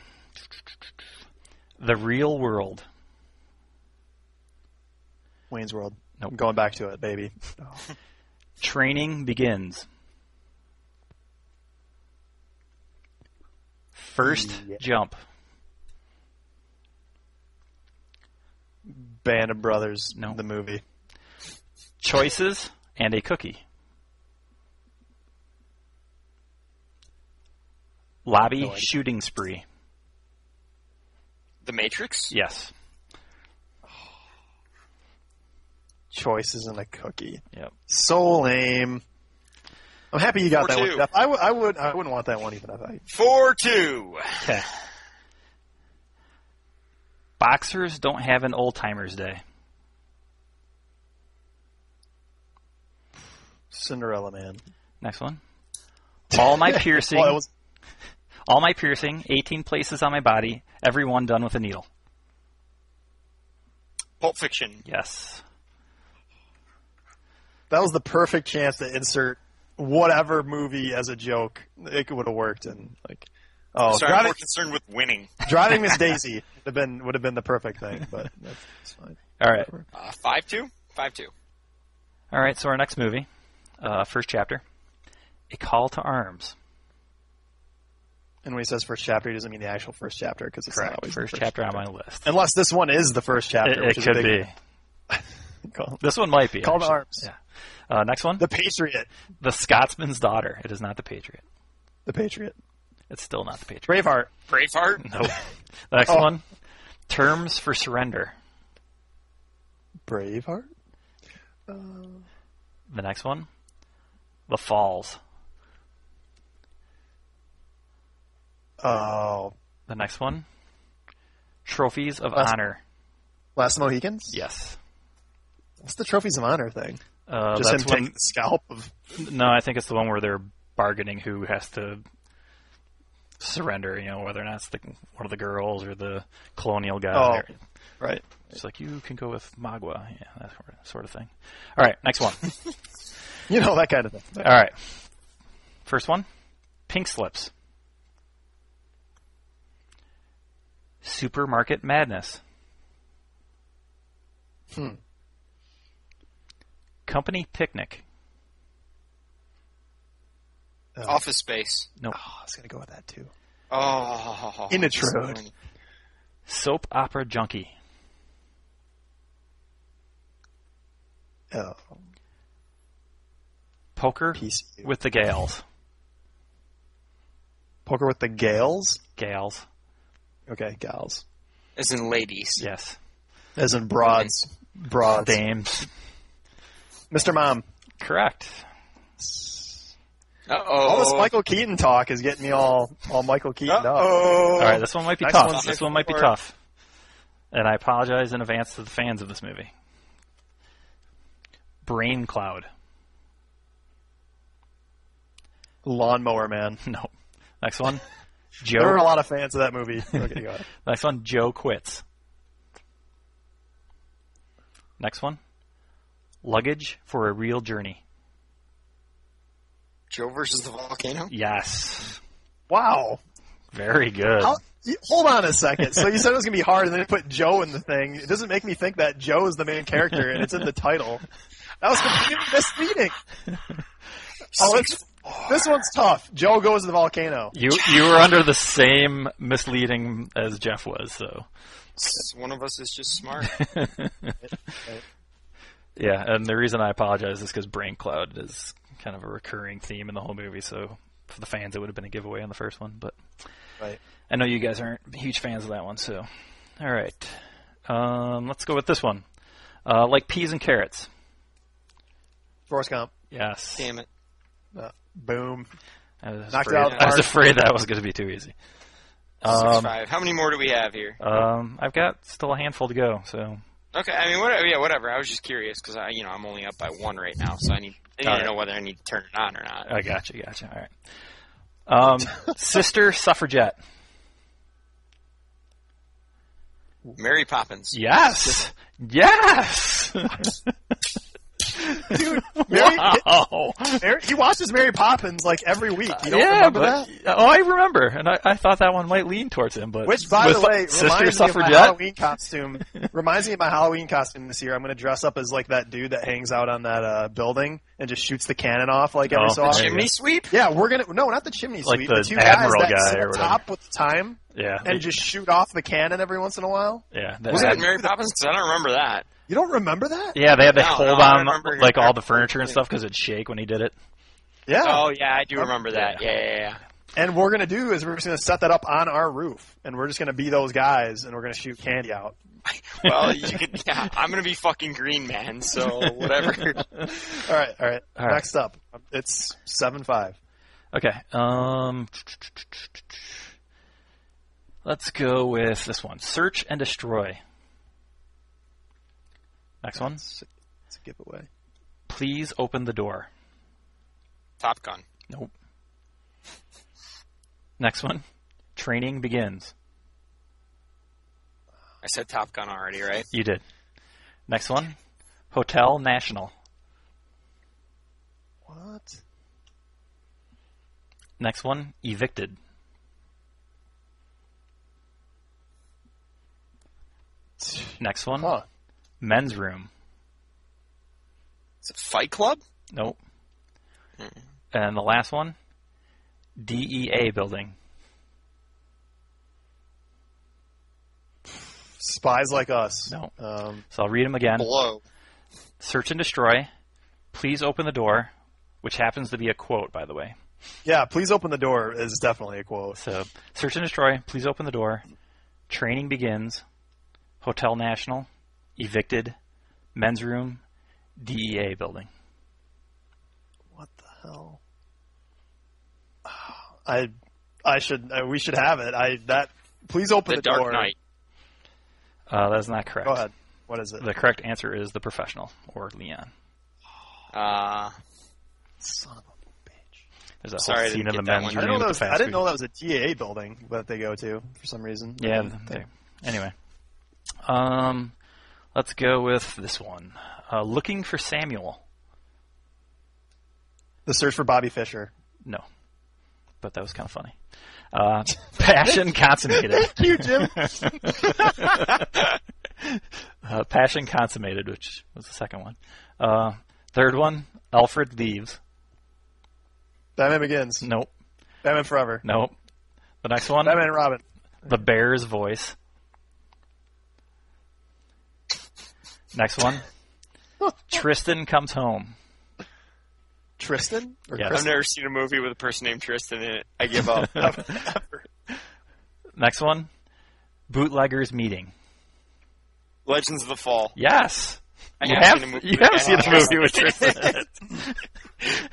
[SPEAKER 4] the Real World.
[SPEAKER 1] Wayne's World.
[SPEAKER 4] Nope.
[SPEAKER 1] I'm going back to it, baby.
[SPEAKER 4] Training begins. First jump.
[SPEAKER 1] Band of Brothers.
[SPEAKER 4] No.
[SPEAKER 1] The movie.
[SPEAKER 4] choices and a cookie. Lobby shooting spree.
[SPEAKER 3] The Matrix?
[SPEAKER 4] Yes.
[SPEAKER 1] Choices and a cookie.
[SPEAKER 4] Yep.
[SPEAKER 1] So lame. I'm happy you got
[SPEAKER 3] Four,
[SPEAKER 1] that
[SPEAKER 3] two.
[SPEAKER 1] one. Jeff. I, w- I would. I wouldn't want that one even if I.
[SPEAKER 3] Four two.
[SPEAKER 4] Okay. Boxers don't have an old timers day.
[SPEAKER 1] Cinderella Man.
[SPEAKER 4] Next one.
[SPEAKER 1] <laughs>
[SPEAKER 4] All my piercing,
[SPEAKER 1] Well, it was
[SPEAKER 4] all my piercing, 18 places on my body, every one done with a needle.
[SPEAKER 3] Pulp Fiction.
[SPEAKER 4] Yes.
[SPEAKER 1] that was the perfect chance to insert whatever movie as a joke. It would have worked, and like, oh,
[SPEAKER 3] Sorry, I'm
[SPEAKER 1] driving,
[SPEAKER 3] more concerned with winning.
[SPEAKER 1] driving
[SPEAKER 3] <laughs>
[SPEAKER 1] Miss Daisy would have been would have been the perfect thing, but that's, that's fine.
[SPEAKER 4] All right.
[SPEAKER 3] Uh, five two? Five two.
[SPEAKER 4] All right. So our next movie, uh, first chapter, a call to arms.
[SPEAKER 1] And when he says first chapter, he doesn't mean the actual first chapter because it's not always the
[SPEAKER 4] First chapter on my list.
[SPEAKER 1] Unless this one is the first chapter,
[SPEAKER 4] It, it
[SPEAKER 1] which is a
[SPEAKER 4] could
[SPEAKER 1] big
[SPEAKER 4] be.
[SPEAKER 1] call.
[SPEAKER 4] This one might be.
[SPEAKER 1] Call to
[SPEAKER 4] actually.
[SPEAKER 1] arms.
[SPEAKER 4] Yeah. Uh, next one. The,
[SPEAKER 1] The Patriot,
[SPEAKER 4] Scotsman's Daughter. It is not The Patriot.
[SPEAKER 1] the Patriot,
[SPEAKER 4] It's still not The Patriot.
[SPEAKER 1] Braveheart,
[SPEAKER 3] Braveheart?
[SPEAKER 4] <laughs> Nope. The next
[SPEAKER 1] Oh.
[SPEAKER 4] one. Terms for Surrender.
[SPEAKER 1] Braveheart,
[SPEAKER 4] The next one. The Falls.
[SPEAKER 1] oh,
[SPEAKER 4] The next one. Trophies of
[SPEAKER 1] Last-
[SPEAKER 4] Honor.
[SPEAKER 1] Last Mohicans.
[SPEAKER 4] Yes.
[SPEAKER 1] what's the trophies of honor thing?
[SPEAKER 4] Uh,
[SPEAKER 1] Just him
[SPEAKER 4] that's
[SPEAKER 1] taking the scalp of.
[SPEAKER 4] when, no, I think it's the one where they're bargaining who has to surrender, you know, whether or not it's the, one of the girls or the colonial guy.
[SPEAKER 1] Oh,
[SPEAKER 4] or-
[SPEAKER 1] right.
[SPEAKER 4] It's like, you can go with Magua. Yeah, that sort of- sort of thing. All right,
[SPEAKER 1] <laughs>
[SPEAKER 4] next one.
[SPEAKER 1] You know that kind of thing.
[SPEAKER 4] All right. First one Pink Slips. Supermarket Madness.
[SPEAKER 1] Hmm.
[SPEAKER 4] Company Picnic.
[SPEAKER 1] Oh,
[SPEAKER 3] Office Space.
[SPEAKER 4] No.
[SPEAKER 1] oh, I was gonna go with that too.
[SPEAKER 3] Oh.
[SPEAKER 1] Initrude.
[SPEAKER 4] Soap opera junkie.
[SPEAKER 1] Oh,
[SPEAKER 4] Poker
[SPEAKER 1] PC.
[SPEAKER 4] with the gals.
[SPEAKER 1] Poker with the Gales.
[SPEAKER 4] Gals.
[SPEAKER 1] Okay, gals.
[SPEAKER 3] As in ladies.
[SPEAKER 4] Yes.
[SPEAKER 1] As in broads. Broads.
[SPEAKER 4] Dames.
[SPEAKER 1] Mr. Mom.
[SPEAKER 4] Correct.
[SPEAKER 3] Uh
[SPEAKER 1] All this
[SPEAKER 3] oh.
[SPEAKER 1] Michael Keaton talk is getting me all, all Michael Keaton up.
[SPEAKER 3] Oh.
[SPEAKER 4] All right, this one might be
[SPEAKER 1] Next
[SPEAKER 4] tough.
[SPEAKER 1] one's
[SPEAKER 4] This one might be
[SPEAKER 1] for-
[SPEAKER 4] tough. And I apologize in advance to the fans of this movie. Brain Cloud. <laughs>
[SPEAKER 1] Lawnmower Man.
[SPEAKER 4] No.
[SPEAKER 1] <laughs>
[SPEAKER 4] Next one.
[SPEAKER 1] There are a
[SPEAKER 4] Joe.
[SPEAKER 1] lot of fans of that movie. Okay, go ahead.
[SPEAKER 4] Next one. Joe quits. Next one. Luggage for a real journey.
[SPEAKER 5] Joe versus the volcano.
[SPEAKER 4] Yes.
[SPEAKER 1] Wow.
[SPEAKER 4] Very good.
[SPEAKER 1] How, y- hold on a second. So you said it was going to be hard, and then you put Joe in the thing. It doesn't make me think that Joe is the main character, and it's in the title. That was completely misleading. Oh, it's, this one's tough. Joe goes to the volcano.
[SPEAKER 4] You you were under the same misleading as Jeff was, so
[SPEAKER 3] One of us is just smart.
[SPEAKER 4] yeah. And the reason I apologize is because brain cloud is kind of a recurring theme in the whole movie. So for the fans, it would have been a giveaway on the first one, but
[SPEAKER 1] Right.
[SPEAKER 4] I know you guys aren't huge fans of that one. So all right, um, let's go with this one. Uh, like peas and carrots.
[SPEAKER 1] Forrest Gump.
[SPEAKER 4] Yes,
[SPEAKER 3] Damn it.
[SPEAKER 1] Uh, boom.
[SPEAKER 4] I was,
[SPEAKER 1] Knocked it
[SPEAKER 4] afraid,
[SPEAKER 1] out of the
[SPEAKER 4] I was
[SPEAKER 1] park.
[SPEAKER 4] afraid that was going to be too
[SPEAKER 1] <laughs>
[SPEAKER 4] easy.
[SPEAKER 3] Six
[SPEAKER 4] Um,
[SPEAKER 3] five. How many more do we have here?
[SPEAKER 4] um, I've got still a handful to go. So
[SPEAKER 3] Okay, I mean, whatever. Yeah, whatever. I was just curious because I, you know, I'm only up by one right now, so I need, I need
[SPEAKER 4] All
[SPEAKER 3] to
[SPEAKER 4] right.
[SPEAKER 3] know whether I need to turn it on or not.
[SPEAKER 4] I gotcha, gotcha. All right.
[SPEAKER 1] <laughs>
[SPEAKER 4] Um, sister suffragette.
[SPEAKER 3] Mary Poppins.
[SPEAKER 4] Yes. Yes.
[SPEAKER 1] Dude, Mary,
[SPEAKER 4] oh.
[SPEAKER 1] Mary- he watches Mary Poppins like every week. You don't
[SPEAKER 4] yeah,
[SPEAKER 1] remember
[SPEAKER 4] but
[SPEAKER 1] that?
[SPEAKER 4] oh, I remember, and I, I thought that one might lean towards him, but
[SPEAKER 1] Which, by the
[SPEAKER 4] with
[SPEAKER 1] way,
[SPEAKER 4] <laughs> sister
[SPEAKER 1] reminds me of my
[SPEAKER 4] suffragette.
[SPEAKER 1] Halloween costume.
[SPEAKER 4] <laughs>
[SPEAKER 1] reminds me of my Halloween costume this year. I'm going to dress up as like that dude that hangs out on that uh, building and just shoots the cannon off like every
[SPEAKER 4] Oh,
[SPEAKER 1] so often.
[SPEAKER 4] there you
[SPEAKER 3] Chimney sweep.
[SPEAKER 1] Yeah, we're gonna no, not the chimney
[SPEAKER 4] Like
[SPEAKER 1] sweep.
[SPEAKER 4] the
[SPEAKER 1] The, two
[SPEAKER 4] Admiral
[SPEAKER 1] guys that
[SPEAKER 4] guy
[SPEAKER 1] sit
[SPEAKER 4] or
[SPEAKER 1] up
[SPEAKER 4] whatever.
[SPEAKER 1] top with the time
[SPEAKER 4] yeah,
[SPEAKER 1] and just shoot off the cannon every once in a while.
[SPEAKER 4] yeah,
[SPEAKER 3] Was
[SPEAKER 4] yeah.
[SPEAKER 3] that Mary Poppins? 'Cause I don't remember that.
[SPEAKER 1] You don't remember that?
[SPEAKER 4] <laughs> yeah, they had to
[SPEAKER 3] No,
[SPEAKER 4] hold
[SPEAKER 3] no, I
[SPEAKER 4] on
[SPEAKER 3] remember
[SPEAKER 4] like all the
[SPEAKER 3] exactly.
[SPEAKER 4] furniture and stuff because it'd shake when he did it.
[SPEAKER 1] Yeah.
[SPEAKER 3] Oh yeah, I do remember that. Yeah, yeah, yeah. <laughs>
[SPEAKER 1] And what we're gonna do is we're just gonna set that up on our roof, and we're just gonna be those guys, and we're gonna shoot candy out.
[SPEAKER 3] Well, you could. Yeah, I'm gonna be fucking green man, so whatever.
[SPEAKER 1] All right, all right.
[SPEAKER 4] All right.
[SPEAKER 1] Next up, it's seven five.
[SPEAKER 4] Okay, um, let's go with this one: search and destroy. Next one,
[SPEAKER 1] It's it's a giveaway.
[SPEAKER 4] please open the door.
[SPEAKER 3] Top Gun.
[SPEAKER 4] Nope. Next one. Training begins.
[SPEAKER 3] I said Top Gun already, right?
[SPEAKER 4] You did. Next one. Hotel National.
[SPEAKER 1] What?
[SPEAKER 4] Next one. Evicted. Next one.
[SPEAKER 1] Huh?
[SPEAKER 4] Men's room.
[SPEAKER 3] Is it Fight Club?
[SPEAKER 4] Nope.
[SPEAKER 1] Hmm.
[SPEAKER 4] And the last one. DEA building.
[SPEAKER 1] Spies like us.
[SPEAKER 4] No.
[SPEAKER 1] Um,
[SPEAKER 4] So I'll read them again.
[SPEAKER 5] Blow.
[SPEAKER 4] Search and destroy. Please open the door, which happens to be a quote, by the way.
[SPEAKER 1] yeah. Please open the door is definitely a quote.
[SPEAKER 4] So, search and destroy. Please open the door. Training begins. Hotel National. Evicted. Men's room. DEA building.
[SPEAKER 1] What the hell? <sighs> I, I should. I, we should have it. I that. Please open the,
[SPEAKER 3] The, Dark
[SPEAKER 1] door.
[SPEAKER 3] Knight.
[SPEAKER 4] Uh, that is not correct.
[SPEAKER 1] Go ahead. What is it?
[SPEAKER 4] The correct answer is the professional or Leon.
[SPEAKER 3] Uh,
[SPEAKER 1] Son of a bitch.
[SPEAKER 4] There's a whole
[SPEAKER 3] Sorry, I
[SPEAKER 4] scene
[SPEAKER 3] didn't
[SPEAKER 4] in the
[SPEAKER 3] get that
[SPEAKER 4] men's
[SPEAKER 3] one.
[SPEAKER 1] I,
[SPEAKER 4] room.
[SPEAKER 1] didn't know that
[SPEAKER 4] with the
[SPEAKER 1] was,
[SPEAKER 4] fast
[SPEAKER 1] I didn't
[SPEAKER 4] food.
[SPEAKER 1] know that was a DA building that they go to for some reason.
[SPEAKER 4] Yeah.
[SPEAKER 1] Um,
[SPEAKER 4] they- Anyway, um, let's go with this one. Uh, looking for Samuel.
[SPEAKER 1] The search for Bobby
[SPEAKER 4] <laughs>
[SPEAKER 1] Fisher.
[SPEAKER 4] No, but that was kind of funny.
[SPEAKER 1] <laughs>
[SPEAKER 4] Uh, passion consummated.
[SPEAKER 1] You Jim.
[SPEAKER 4] Uh, Passion Consummated, which was the second one. Uh, third one, Alfred Leaves.
[SPEAKER 1] Batman Begins.
[SPEAKER 4] Nope,
[SPEAKER 1] Batman Forever.
[SPEAKER 4] nope. The next one,
[SPEAKER 1] Batman and Robin.
[SPEAKER 4] The Bear's Voice. Next one. Tristan comes home.
[SPEAKER 1] Tristan or
[SPEAKER 4] Yes.
[SPEAKER 3] I've
[SPEAKER 1] Kristen?
[SPEAKER 3] never seen a movie with a person named Tristan in it. I
[SPEAKER 1] <laughs>
[SPEAKER 3] give up. Um,
[SPEAKER 4] Next one. Bootleggers meeting.
[SPEAKER 3] Legends of
[SPEAKER 1] <laughs>
[SPEAKER 3] the Fall.
[SPEAKER 4] Yes.
[SPEAKER 3] I
[SPEAKER 4] You
[SPEAKER 3] have
[SPEAKER 4] have,
[SPEAKER 3] seen a movie
[SPEAKER 4] you
[SPEAKER 3] with
[SPEAKER 4] have
[SPEAKER 3] Alan
[SPEAKER 4] seen the movie
[SPEAKER 3] <laughs>
[SPEAKER 4] with Tristan. in it.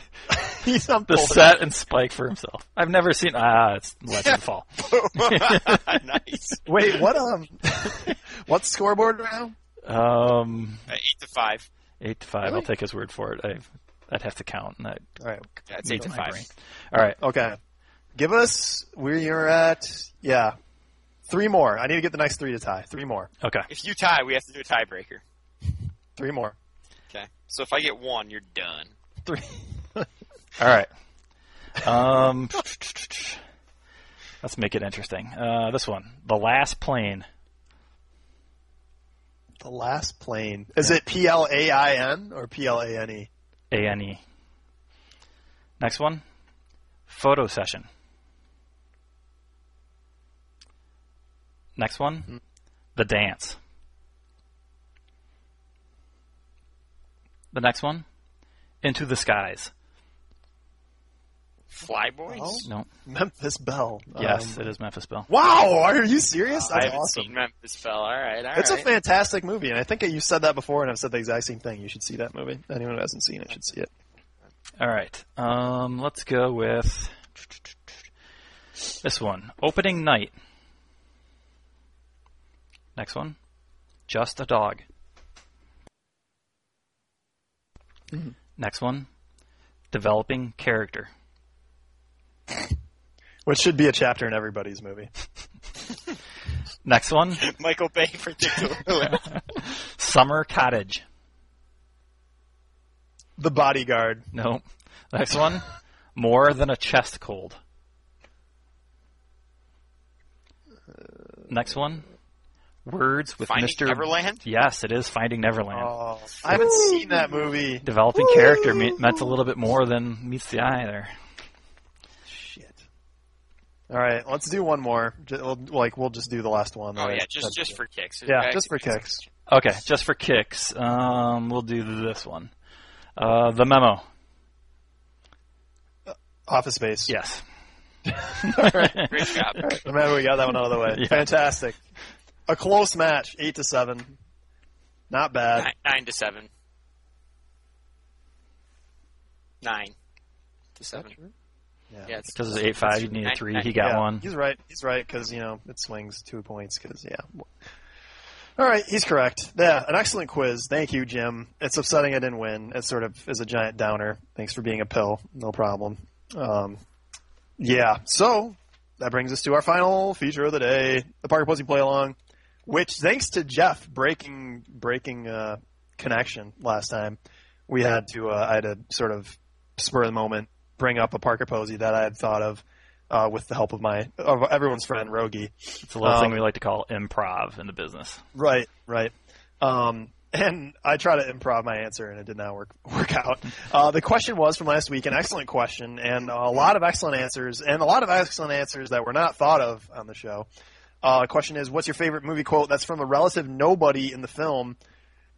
[SPEAKER 1] <laughs> He's on
[SPEAKER 4] The
[SPEAKER 1] both.
[SPEAKER 4] set and Spike for himself. I've never seen. Ah, it's
[SPEAKER 3] <laughs>
[SPEAKER 4] Legend Fall.
[SPEAKER 3] nice.
[SPEAKER 1] Wait, what? Um, <laughs> what's scoreboard now?
[SPEAKER 4] Um,
[SPEAKER 3] Uh, <laughs> eight to five.
[SPEAKER 4] eight to five. I'll
[SPEAKER 1] Really?
[SPEAKER 4] take his word for it. I, I'd have to count. And that
[SPEAKER 1] All right.
[SPEAKER 3] That's eight
[SPEAKER 4] needs
[SPEAKER 3] to
[SPEAKER 4] my
[SPEAKER 3] five.
[SPEAKER 4] brain. All right.
[SPEAKER 1] Okay. Give us where you're at. Yeah. Three more. I need to get the next three to tie. Three more.
[SPEAKER 4] Okay.
[SPEAKER 3] If you tie, we have to do a tiebreaker.
[SPEAKER 1] Three more.
[SPEAKER 3] Okay. So if I get one, you're done.
[SPEAKER 1] Three.
[SPEAKER 4] All
[SPEAKER 3] <laughs>
[SPEAKER 4] right. Um, let's make it interesting. Uh, this one, the last plane.
[SPEAKER 1] The last plane. Is it P L A I N or P L A N E?
[SPEAKER 4] A N E. Next one, photo session. Next one, the dance. The next one, into the skies.
[SPEAKER 3] Fly boys.
[SPEAKER 1] Oh.
[SPEAKER 4] No,
[SPEAKER 1] Memphis Bell.
[SPEAKER 4] yes,
[SPEAKER 1] Um,
[SPEAKER 4] it is Memphis Bell.
[SPEAKER 1] Wow. Are you serious?
[SPEAKER 3] I
[SPEAKER 1] That's
[SPEAKER 3] haven't
[SPEAKER 1] awesome.
[SPEAKER 3] seen Memphis Fell. All right. all
[SPEAKER 1] It's a
[SPEAKER 3] right.
[SPEAKER 1] fantastic movie, and I think you said that before, and I've said the exact same thing. You should see that movie. Anyone who hasn't seen it should see it.
[SPEAKER 4] All right, um, let's go with this one. Opening night. Next one, just a dog. Next one, developing character.
[SPEAKER 1] Which should be a chapter in everybody's movie.
[SPEAKER 4] Next one,
[SPEAKER 3] <laughs> Michael Bay particularly.
[SPEAKER 1] <laughs>
[SPEAKER 4] summer cottage.
[SPEAKER 1] The Bodyguard.
[SPEAKER 4] No. Next one, more than a chest cold. Next one, words with
[SPEAKER 3] Finding
[SPEAKER 4] Mr.
[SPEAKER 3] Neverland?
[SPEAKER 4] Yes, it is Finding Neverland.
[SPEAKER 1] Oh, I haven't seen that movie.
[SPEAKER 4] Developing character me- meant a little bit more than meets the eye there.
[SPEAKER 1] Shit. All right, let's do one more. Ju- we'll- like we'll just do the last one.
[SPEAKER 3] Oh
[SPEAKER 1] right?
[SPEAKER 3] yeah, just just for kicks.
[SPEAKER 1] yeah,
[SPEAKER 3] Okay.
[SPEAKER 1] just for kicks.
[SPEAKER 4] Okay, just for kicks, um, we'll do this one. Uh, the memo.
[SPEAKER 1] Office Space. <laughs>
[SPEAKER 4] Yes.
[SPEAKER 3] <laughs> Great job.
[SPEAKER 1] No matter we got that one out of
[SPEAKER 3] <laughs>
[SPEAKER 1] the way.
[SPEAKER 4] Yeah.
[SPEAKER 1] Fantastic. A close match, eight to seven. Not bad.
[SPEAKER 3] Nine, nine to seven. Nine to seven. Yeah, it's
[SPEAKER 4] Because it's 8 5, you need a 3. He got
[SPEAKER 1] Yeah,
[SPEAKER 4] one.
[SPEAKER 1] He's right. He's right because you know it swings two points. Because yeah. All right, he's correct. Yeah, an excellent quiz. Thank you, Jim. It's upsetting I didn't win. It sort of is a giant downer. Thanks for being a pill. No problem. Um, yeah. So that brings us to our final feature of the day: the Parker Posey play along, which thanks to Jeff breaking breaking uh, connection last time, we had to uh, I had to sort of spur of the moment bring up a Parker Posey that I had thought of uh, with the help of my of everyone's friend Rogi.
[SPEAKER 4] <laughs> It's a little
[SPEAKER 1] Um,
[SPEAKER 4] thing we like to call improv in the business.
[SPEAKER 1] Right, right. Um, and I try to improv my answer, and it did not work <laughs> work out. Uh, the question was from last week, an excellent question, and a lot of excellent answers, and a lot of excellent answers that were not thought of on the show. Uh, question is, what's your favorite movie quote that's from a relative nobody in the film?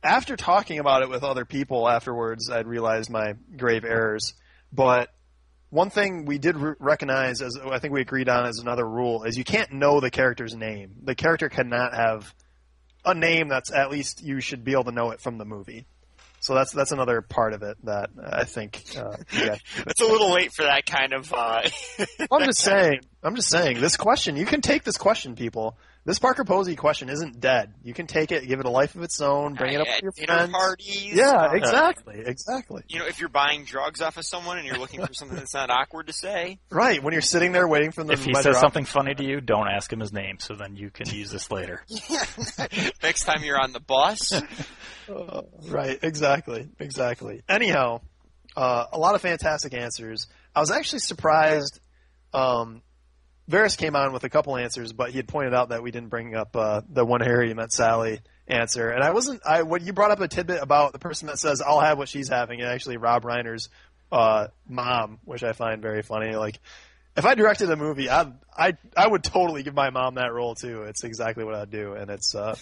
[SPEAKER 1] After talking about it with other people afterwards, I'd realized my grave errors. But one thing we did re- recognize, as I think we agreed on as another rule, is you can't know the character's name. The character cannot have a name that's at least you should be able to know it from the movie. So that's that's another part of it that I think. Uh, you
[SPEAKER 3] <laughs>
[SPEAKER 1] guys-
[SPEAKER 3] It's a little late for that kind of. Uh,
[SPEAKER 1] I'm just saying. I'm just saying. This question, you can take this question, people. This Parker Posey question isn't dead. You can take it, give it a life of its own, <laughs> bring it up
[SPEAKER 3] at
[SPEAKER 1] with your
[SPEAKER 3] <laughs> dinner
[SPEAKER 1] friends.
[SPEAKER 3] parties.
[SPEAKER 1] Yeah,
[SPEAKER 3] uh,
[SPEAKER 1] exactly, exactly.
[SPEAKER 3] You know, if you're buying drugs off of someone and you're looking for something that's not awkward
[SPEAKER 1] <laughs>
[SPEAKER 3] to say,
[SPEAKER 1] Right when you're sitting there waiting for them
[SPEAKER 4] If
[SPEAKER 1] to
[SPEAKER 4] he
[SPEAKER 1] measure
[SPEAKER 4] says
[SPEAKER 1] up.
[SPEAKER 4] something funny to you, don't ask him his name, so then you can use
[SPEAKER 1] <laughs>
[SPEAKER 4] this later.
[SPEAKER 3] next time you're on the bus,
[SPEAKER 1] Right, exactly, exactly. Anyhow, uh, a lot of fantastic answers. I was actually surprised. Um, Varys came on with a couple answers, but he had pointed out that we didn't bring up uh, the one Harry met Sally answer. And I wasn't. I when you brought up a tidbit about the person that says I'll have what she's having, and actually Rob Reiner's uh, mom, which I find very funny. Like. If I directed a movie, I I I would totally give my mom that role too. It's exactly what I'd do, and it's uh,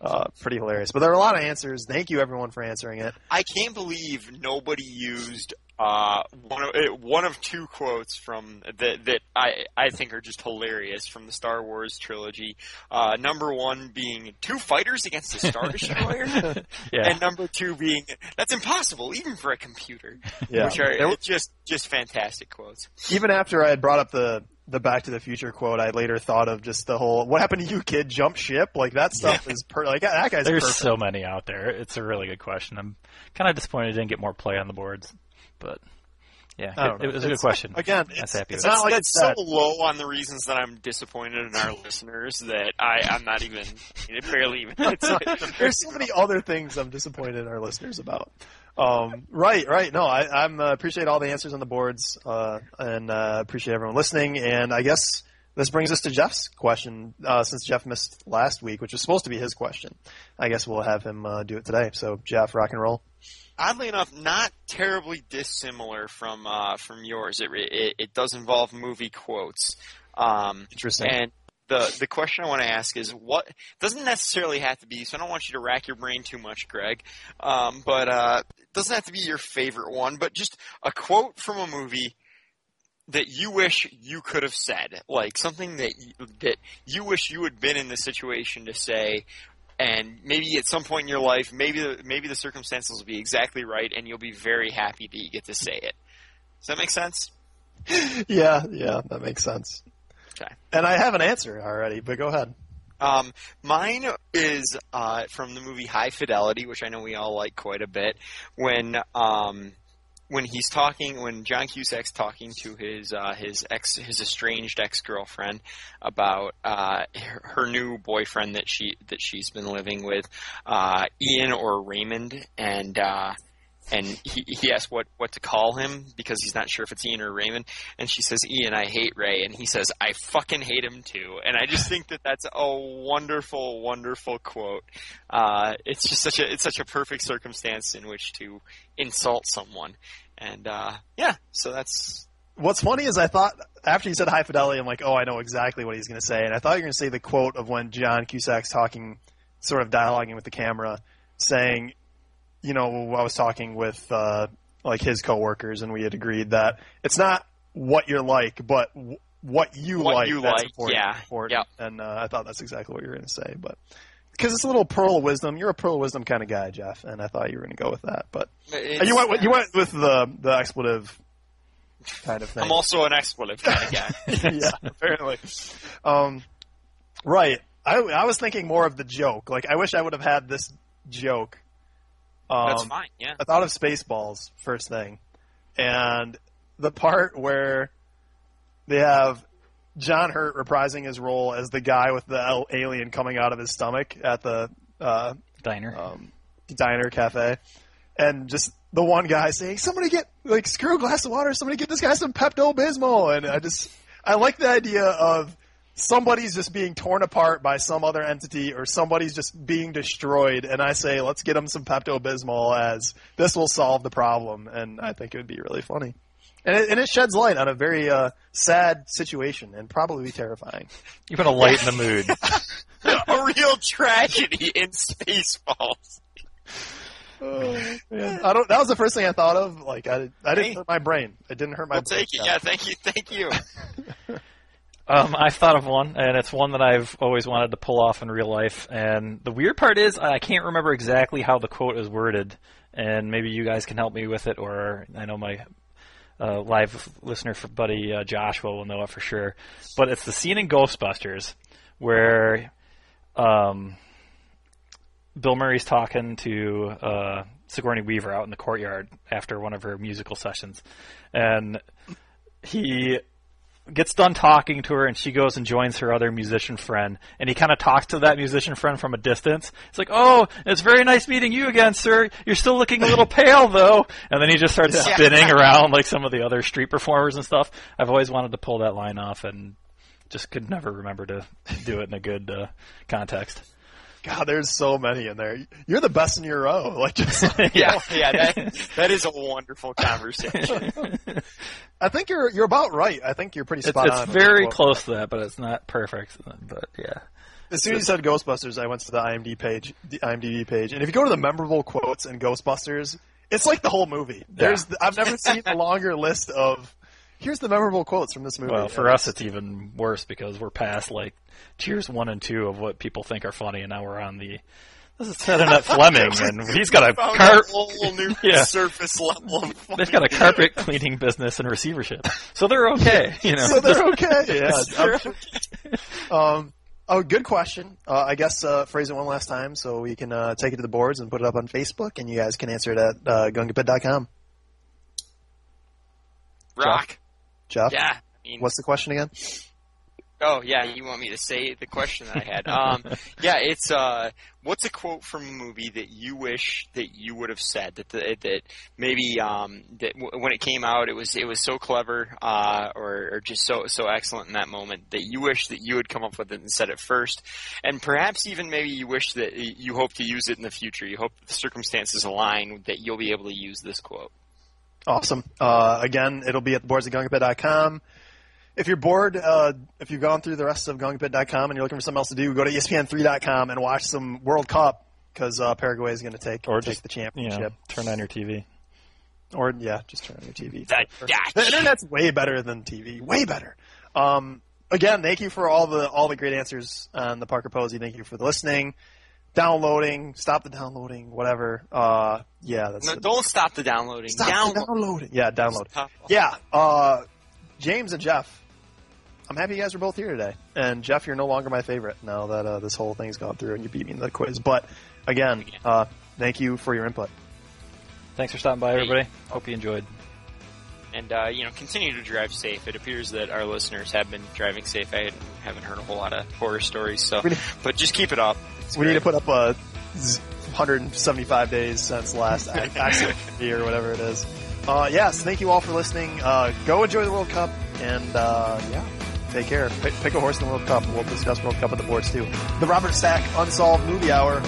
[SPEAKER 1] Uh, pretty hilarious. But there are a lot of answers. Thank you, everyone, for answering it.
[SPEAKER 3] I can't believe nobody used uh, one of eh, one of two quotes from that that I I think are just hilarious from the Star Wars trilogy. Uh, number one being two fighters against a star
[SPEAKER 1] <laughs>
[SPEAKER 3] destroyer,
[SPEAKER 4] Yeah.
[SPEAKER 3] and number two being that's impossible even for a computer.
[SPEAKER 1] Yeah.
[SPEAKER 3] Which are
[SPEAKER 1] There were-
[SPEAKER 3] it's just just fantastic quotes.
[SPEAKER 1] even after I had brought up the the Back to the Future quote, I later thought of just the whole "What happened to you, kid? Jump ship!" Like that stuff is per- like that guy's
[SPEAKER 4] There's
[SPEAKER 1] perfect.
[SPEAKER 4] so many out there. It's a really good question. I'm kind of disappointed it didn't get more play on the boards, but yeah,
[SPEAKER 1] I don't
[SPEAKER 4] it,
[SPEAKER 1] know.
[SPEAKER 4] it was a good
[SPEAKER 1] It's-
[SPEAKER 4] question.
[SPEAKER 1] Again,
[SPEAKER 4] That's
[SPEAKER 1] it's,
[SPEAKER 4] happy
[SPEAKER 1] it's
[SPEAKER 4] with
[SPEAKER 1] not like
[SPEAKER 3] that's
[SPEAKER 1] it's that-
[SPEAKER 3] so low on the reasons that I'm disappointed in our listeners that I I'm not even it barely even. <laughs> It's,
[SPEAKER 1] There's so many other things I'm disappointed our listeners about. Um, right, right. No, I I'm, uh, appreciate all the answers on the boards uh, and uh, appreciate everyone listening. And I guess this brings us to Jeff's question uh, since Jeff missed last week, which was supposed to be his question. I guess we'll have him uh, do it today. So, Jeff, rock and roll.
[SPEAKER 3] oddly enough, not terribly dissimilar from uh, from yours. It, it it does involve movie quotes. Um,
[SPEAKER 1] Interesting.
[SPEAKER 3] and the the question I want to ask is what doesn't necessarily have to be. So I don't want you to rack your brain too much, Greg. Um, but uh, it doesn't have to be your favorite one. But just a quote from a movie that you wish you could have said, like something that you, that you wish you had been in the situation to say. And maybe at some point in your life, maybe the, maybe the circumstances will be exactly right, and you'll be very happy that you get to say it. Does that make sense?
[SPEAKER 1] <laughs> yeah, yeah, that makes sense.
[SPEAKER 3] Okay.
[SPEAKER 1] And I have an answer already, but go ahead.
[SPEAKER 3] Um, mine is uh, from the movie High Fidelity, which I know we all like quite a bit. When um, when he's talking, when John Cusack's talking to his uh, his ex his estranged ex girlfriend about uh, her, her new boyfriend that she that she's been living with, uh, Ian or Raymond, and uh, and he, he asks what what to call him because he's not sure if it's Ian or Raymond, and she says Ian, I hate Ray, and he says I fucking hate him too, and I just think that that's a wonderful wonderful quote. Uh, it's just such a it's such a perfect circumstance in which to insult someone, and uh, yeah, so that's
[SPEAKER 1] What's funny is I thought after you said high fidelity, I'm like, oh, I know exactly what he's going to say, and I thought you were going to say the quote of when John Cusack's talking, sort of dialoguing with the camera, saying, you know, I was talking with uh, like his coworkers, and we had agreed that it's not what you're like, but w- what you
[SPEAKER 3] What
[SPEAKER 1] like.
[SPEAKER 3] you
[SPEAKER 1] that's
[SPEAKER 3] like,
[SPEAKER 1] important.
[SPEAKER 3] yeah,
[SPEAKER 1] important. And uh, I thought that's exactly what you were going to say, but because it's a little pearl of wisdom, you're a pearl of wisdom kind of guy, Jeff, and I thought you were going to go with that, but. And Uh, you went with, you went with the the expletive kind of thing. <laughs>
[SPEAKER 3] I'm also an expletive kind of guy.
[SPEAKER 1] yeah, apparently. Um, right. I I was thinking more of the joke. Like I wish I would have had this joke. Um,
[SPEAKER 3] That's fine.
[SPEAKER 1] <laughs>
[SPEAKER 3] Yeah.
[SPEAKER 1] I thought of Spaceballs first thing, and the part where they have John Hurt reprising his role as the guy with the al- alien coming out of his stomach at the uh,
[SPEAKER 4] Diner.
[SPEAKER 1] um, diner cafe, and just the one guy saying, "Somebody get like screw a glass of water. Somebody get this guy some Pepto Bismol." And I just I like the idea of somebody's just being torn apart by some other entity or somebody's just being destroyed, and I say, "Let's get him some Pepto Bismol," as this will solve the problem, and I think it would be really funny. And it, and it sheds light on a very uh, sad situation and probably terrifying.
[SPEAKER 4] You put a light
[SPEAKER 1] <laughs>
[SPEAKER 4] in the mood.
[SPEAKER 3] <laughs> a real tragedy in Spaceballs.
[SPEAKER 1] Yeah. I don't. That was the first thing I thought of. Like I, I didn't
[SPEAKER 3] Hey.
[SPEAKER 1] hurt my brain. It didn't hurt my.
[SPEAKER 3] I'll
[SPEAKER 1] brain.
[SPEAKER 3] take it. Yeah, thank you,
[SPEAKER 1] <laughs>
[SPEAKER 3] thank you.
[SPEAKER 4] Um, I've thought of one, and it's one that I've always wanted to pull off in real life. And the weird part is, I can't remember exactly how the quote is worded, and maybe you guys can help me with it, or I know my uh, live listener for buddy uh, Joshua will know it for sure. But it's the scene in Ghostbusters where um, Bill Murray's talking to uh, Sigourney Weaver out in the courtyard after one of her musical sessions, and he gets done talking to her and she goes and joins her other musician friend and he kind of talks to that musician friend from a distance it's like oh it's very nice meeting you again sir you're still looking a little pale though and then he just starts spinning around like some of the other street performers and stuff i've always wanted to pull that line off and just could never remember to do it in a good uh, context <laughs>
[SPEAKER 1] God, there's so many in there. You're the best in your row. <laughs> Like, just,
[SPEAKER 3] Yeah, yeah. That, that is a wonderful conversation.
[SPEAKER 1] I think you're you're about right. I think you're pretty
[SPEAKER 4] it's,
[SPEAKER 1] spot
[SPEAKER 4] it's
[SPEAKER 1] on. with
[SPEAKER 4] very
[SPEAKER 1] that quote.
[SPEAKER 4] close to that but it's not perfect but yeah
[SPEAKER 1] As soon as you said Ghostbusters, I went to the IMDb page, the IMDb page, and if you go to the memorable quotes in Ghostbusters, it's like the whole movie. There's I've never seen a longer list of here's the memorable quotes from this movie.
[SPEAKER 4] Well, for us, it's even worse because we're past like tiers one and two of what people think are funny, and now we're on the this is setting <laughs> up Fleming, and he's got a
[SPEAKER 5] Found
[SPEAKER 4] car.
[SPEAKER 5] a whole new
[SPEAKER 4] <laughs> Yeah.
[SPEAKER 5] surface level.
[SPEAKER 4] <laughs>
[SPEAKER 5] Of
[SPEAKER 4] They've got a carpet cleaning business and receivership, so they're <laughs> okay. You know,
[SPEAKER 1] <laughs> so they're okay. Yeah.
[SPEAKER 4] They're
[SPEAKER 1] Um, oh, good question. Uh, I guess uh, phrase it one last time so we can uh, take it to the boards and put it up on Facebook, and you guys can answer it at uh, gungapit.com.
[SPEAKER 3] Rock.
[SPEAKER 1] Jeff,
[SPEAKER 3] Yeah. I mean,
[SPEAKER 1] what's the question again?
[SPEAKER 3] oh yeah, you want me to say the question that I had? Um,
[SPEAKER 4] <laughs>
[SPEAKER 3] yeah, it's uh, what's a quote from a movie that you wish that you would have said that the, that maybe um, that w- when it came out it was it was so clever uh, or, or just so so excellent in that moment that you wish that you had come up with it and said it first, and perhaps even maybe you wish that y- you hope to use it in the future. You hope that the circumstances align that you'll be able to use this quote.
[SPEAKER 1] Awesome. Uh, again, it'll be at the boards at gungapit.com. If you're bored, uh, if you've gone through the rest of gungapit.com and you're looking for something else to do, go to E espn3.com and watch some World Cup because uh, Paraguay is going to take,
[SPEAKER 4] Or
[SPEAKER 1] take
[SPEAKER 4] just,
[SPEAKER 1] the
[SPEAKER 4] you know,
[SPEAKER 1] championship.
[SPEAKER 4] turn on your TV.
[SPEAKER 1] Or, yeah, just turn on your TV.
[SPEAKER 3] That,
[SPEAKER 4] <laughs>
[SPEAKER 1] The internet's way better than TV. Way better. Um, again, thank you for all the all the great answers on the Parker Posey. Thank you for listening, downloading, stop the downloading, whatever. Uh, yeah, that's
[SPEAKER 3] No,
[SPEAKER 1] it.
[SPEAKER 3] don't stop the downloading.
[SPEAKER 1] Stop
[SPEAKER 3] Download.
[SPEAKER 1] the downloading. Yeah, download.
[SPEAKER 3] Stop.
[SPEAKER 1] Yeah, uh, James and Jeff. I'm happy you guys were both here today. And Jeff, you're no longer my favorite now that uh, this whole thing's gone through and you beat me in the quiz. But again, uh, thank you for your input.
[SPEAKER 4] Thanks for stopping by, everybody. Hope you enjoyed.
[SPEAKER 3] And uh, you know, continue to drive safe. It appears that our listeners have been driving safe. I haven't heard a whole lot of horror stories, so
[SPEAKER 1] Really?
[SPEAKER 3] but just keep it up. It's
[SPEAKER 1] We need to put
[SPEAKER 3] great.
[SPEAKER 1] up a z- 175 days since last
[SPEAKER 3] <laughs>
[SPEAKER 1] ac- accident or whatever it is. Uh, yes, thank you all for listening. Uh, go enjoy the World Cup and uh, yeah, take care. Pick, pick a horse in the World Cup. We'll discuss World Cup at the boards too. The Robert Stack Unsolved Movie Hour.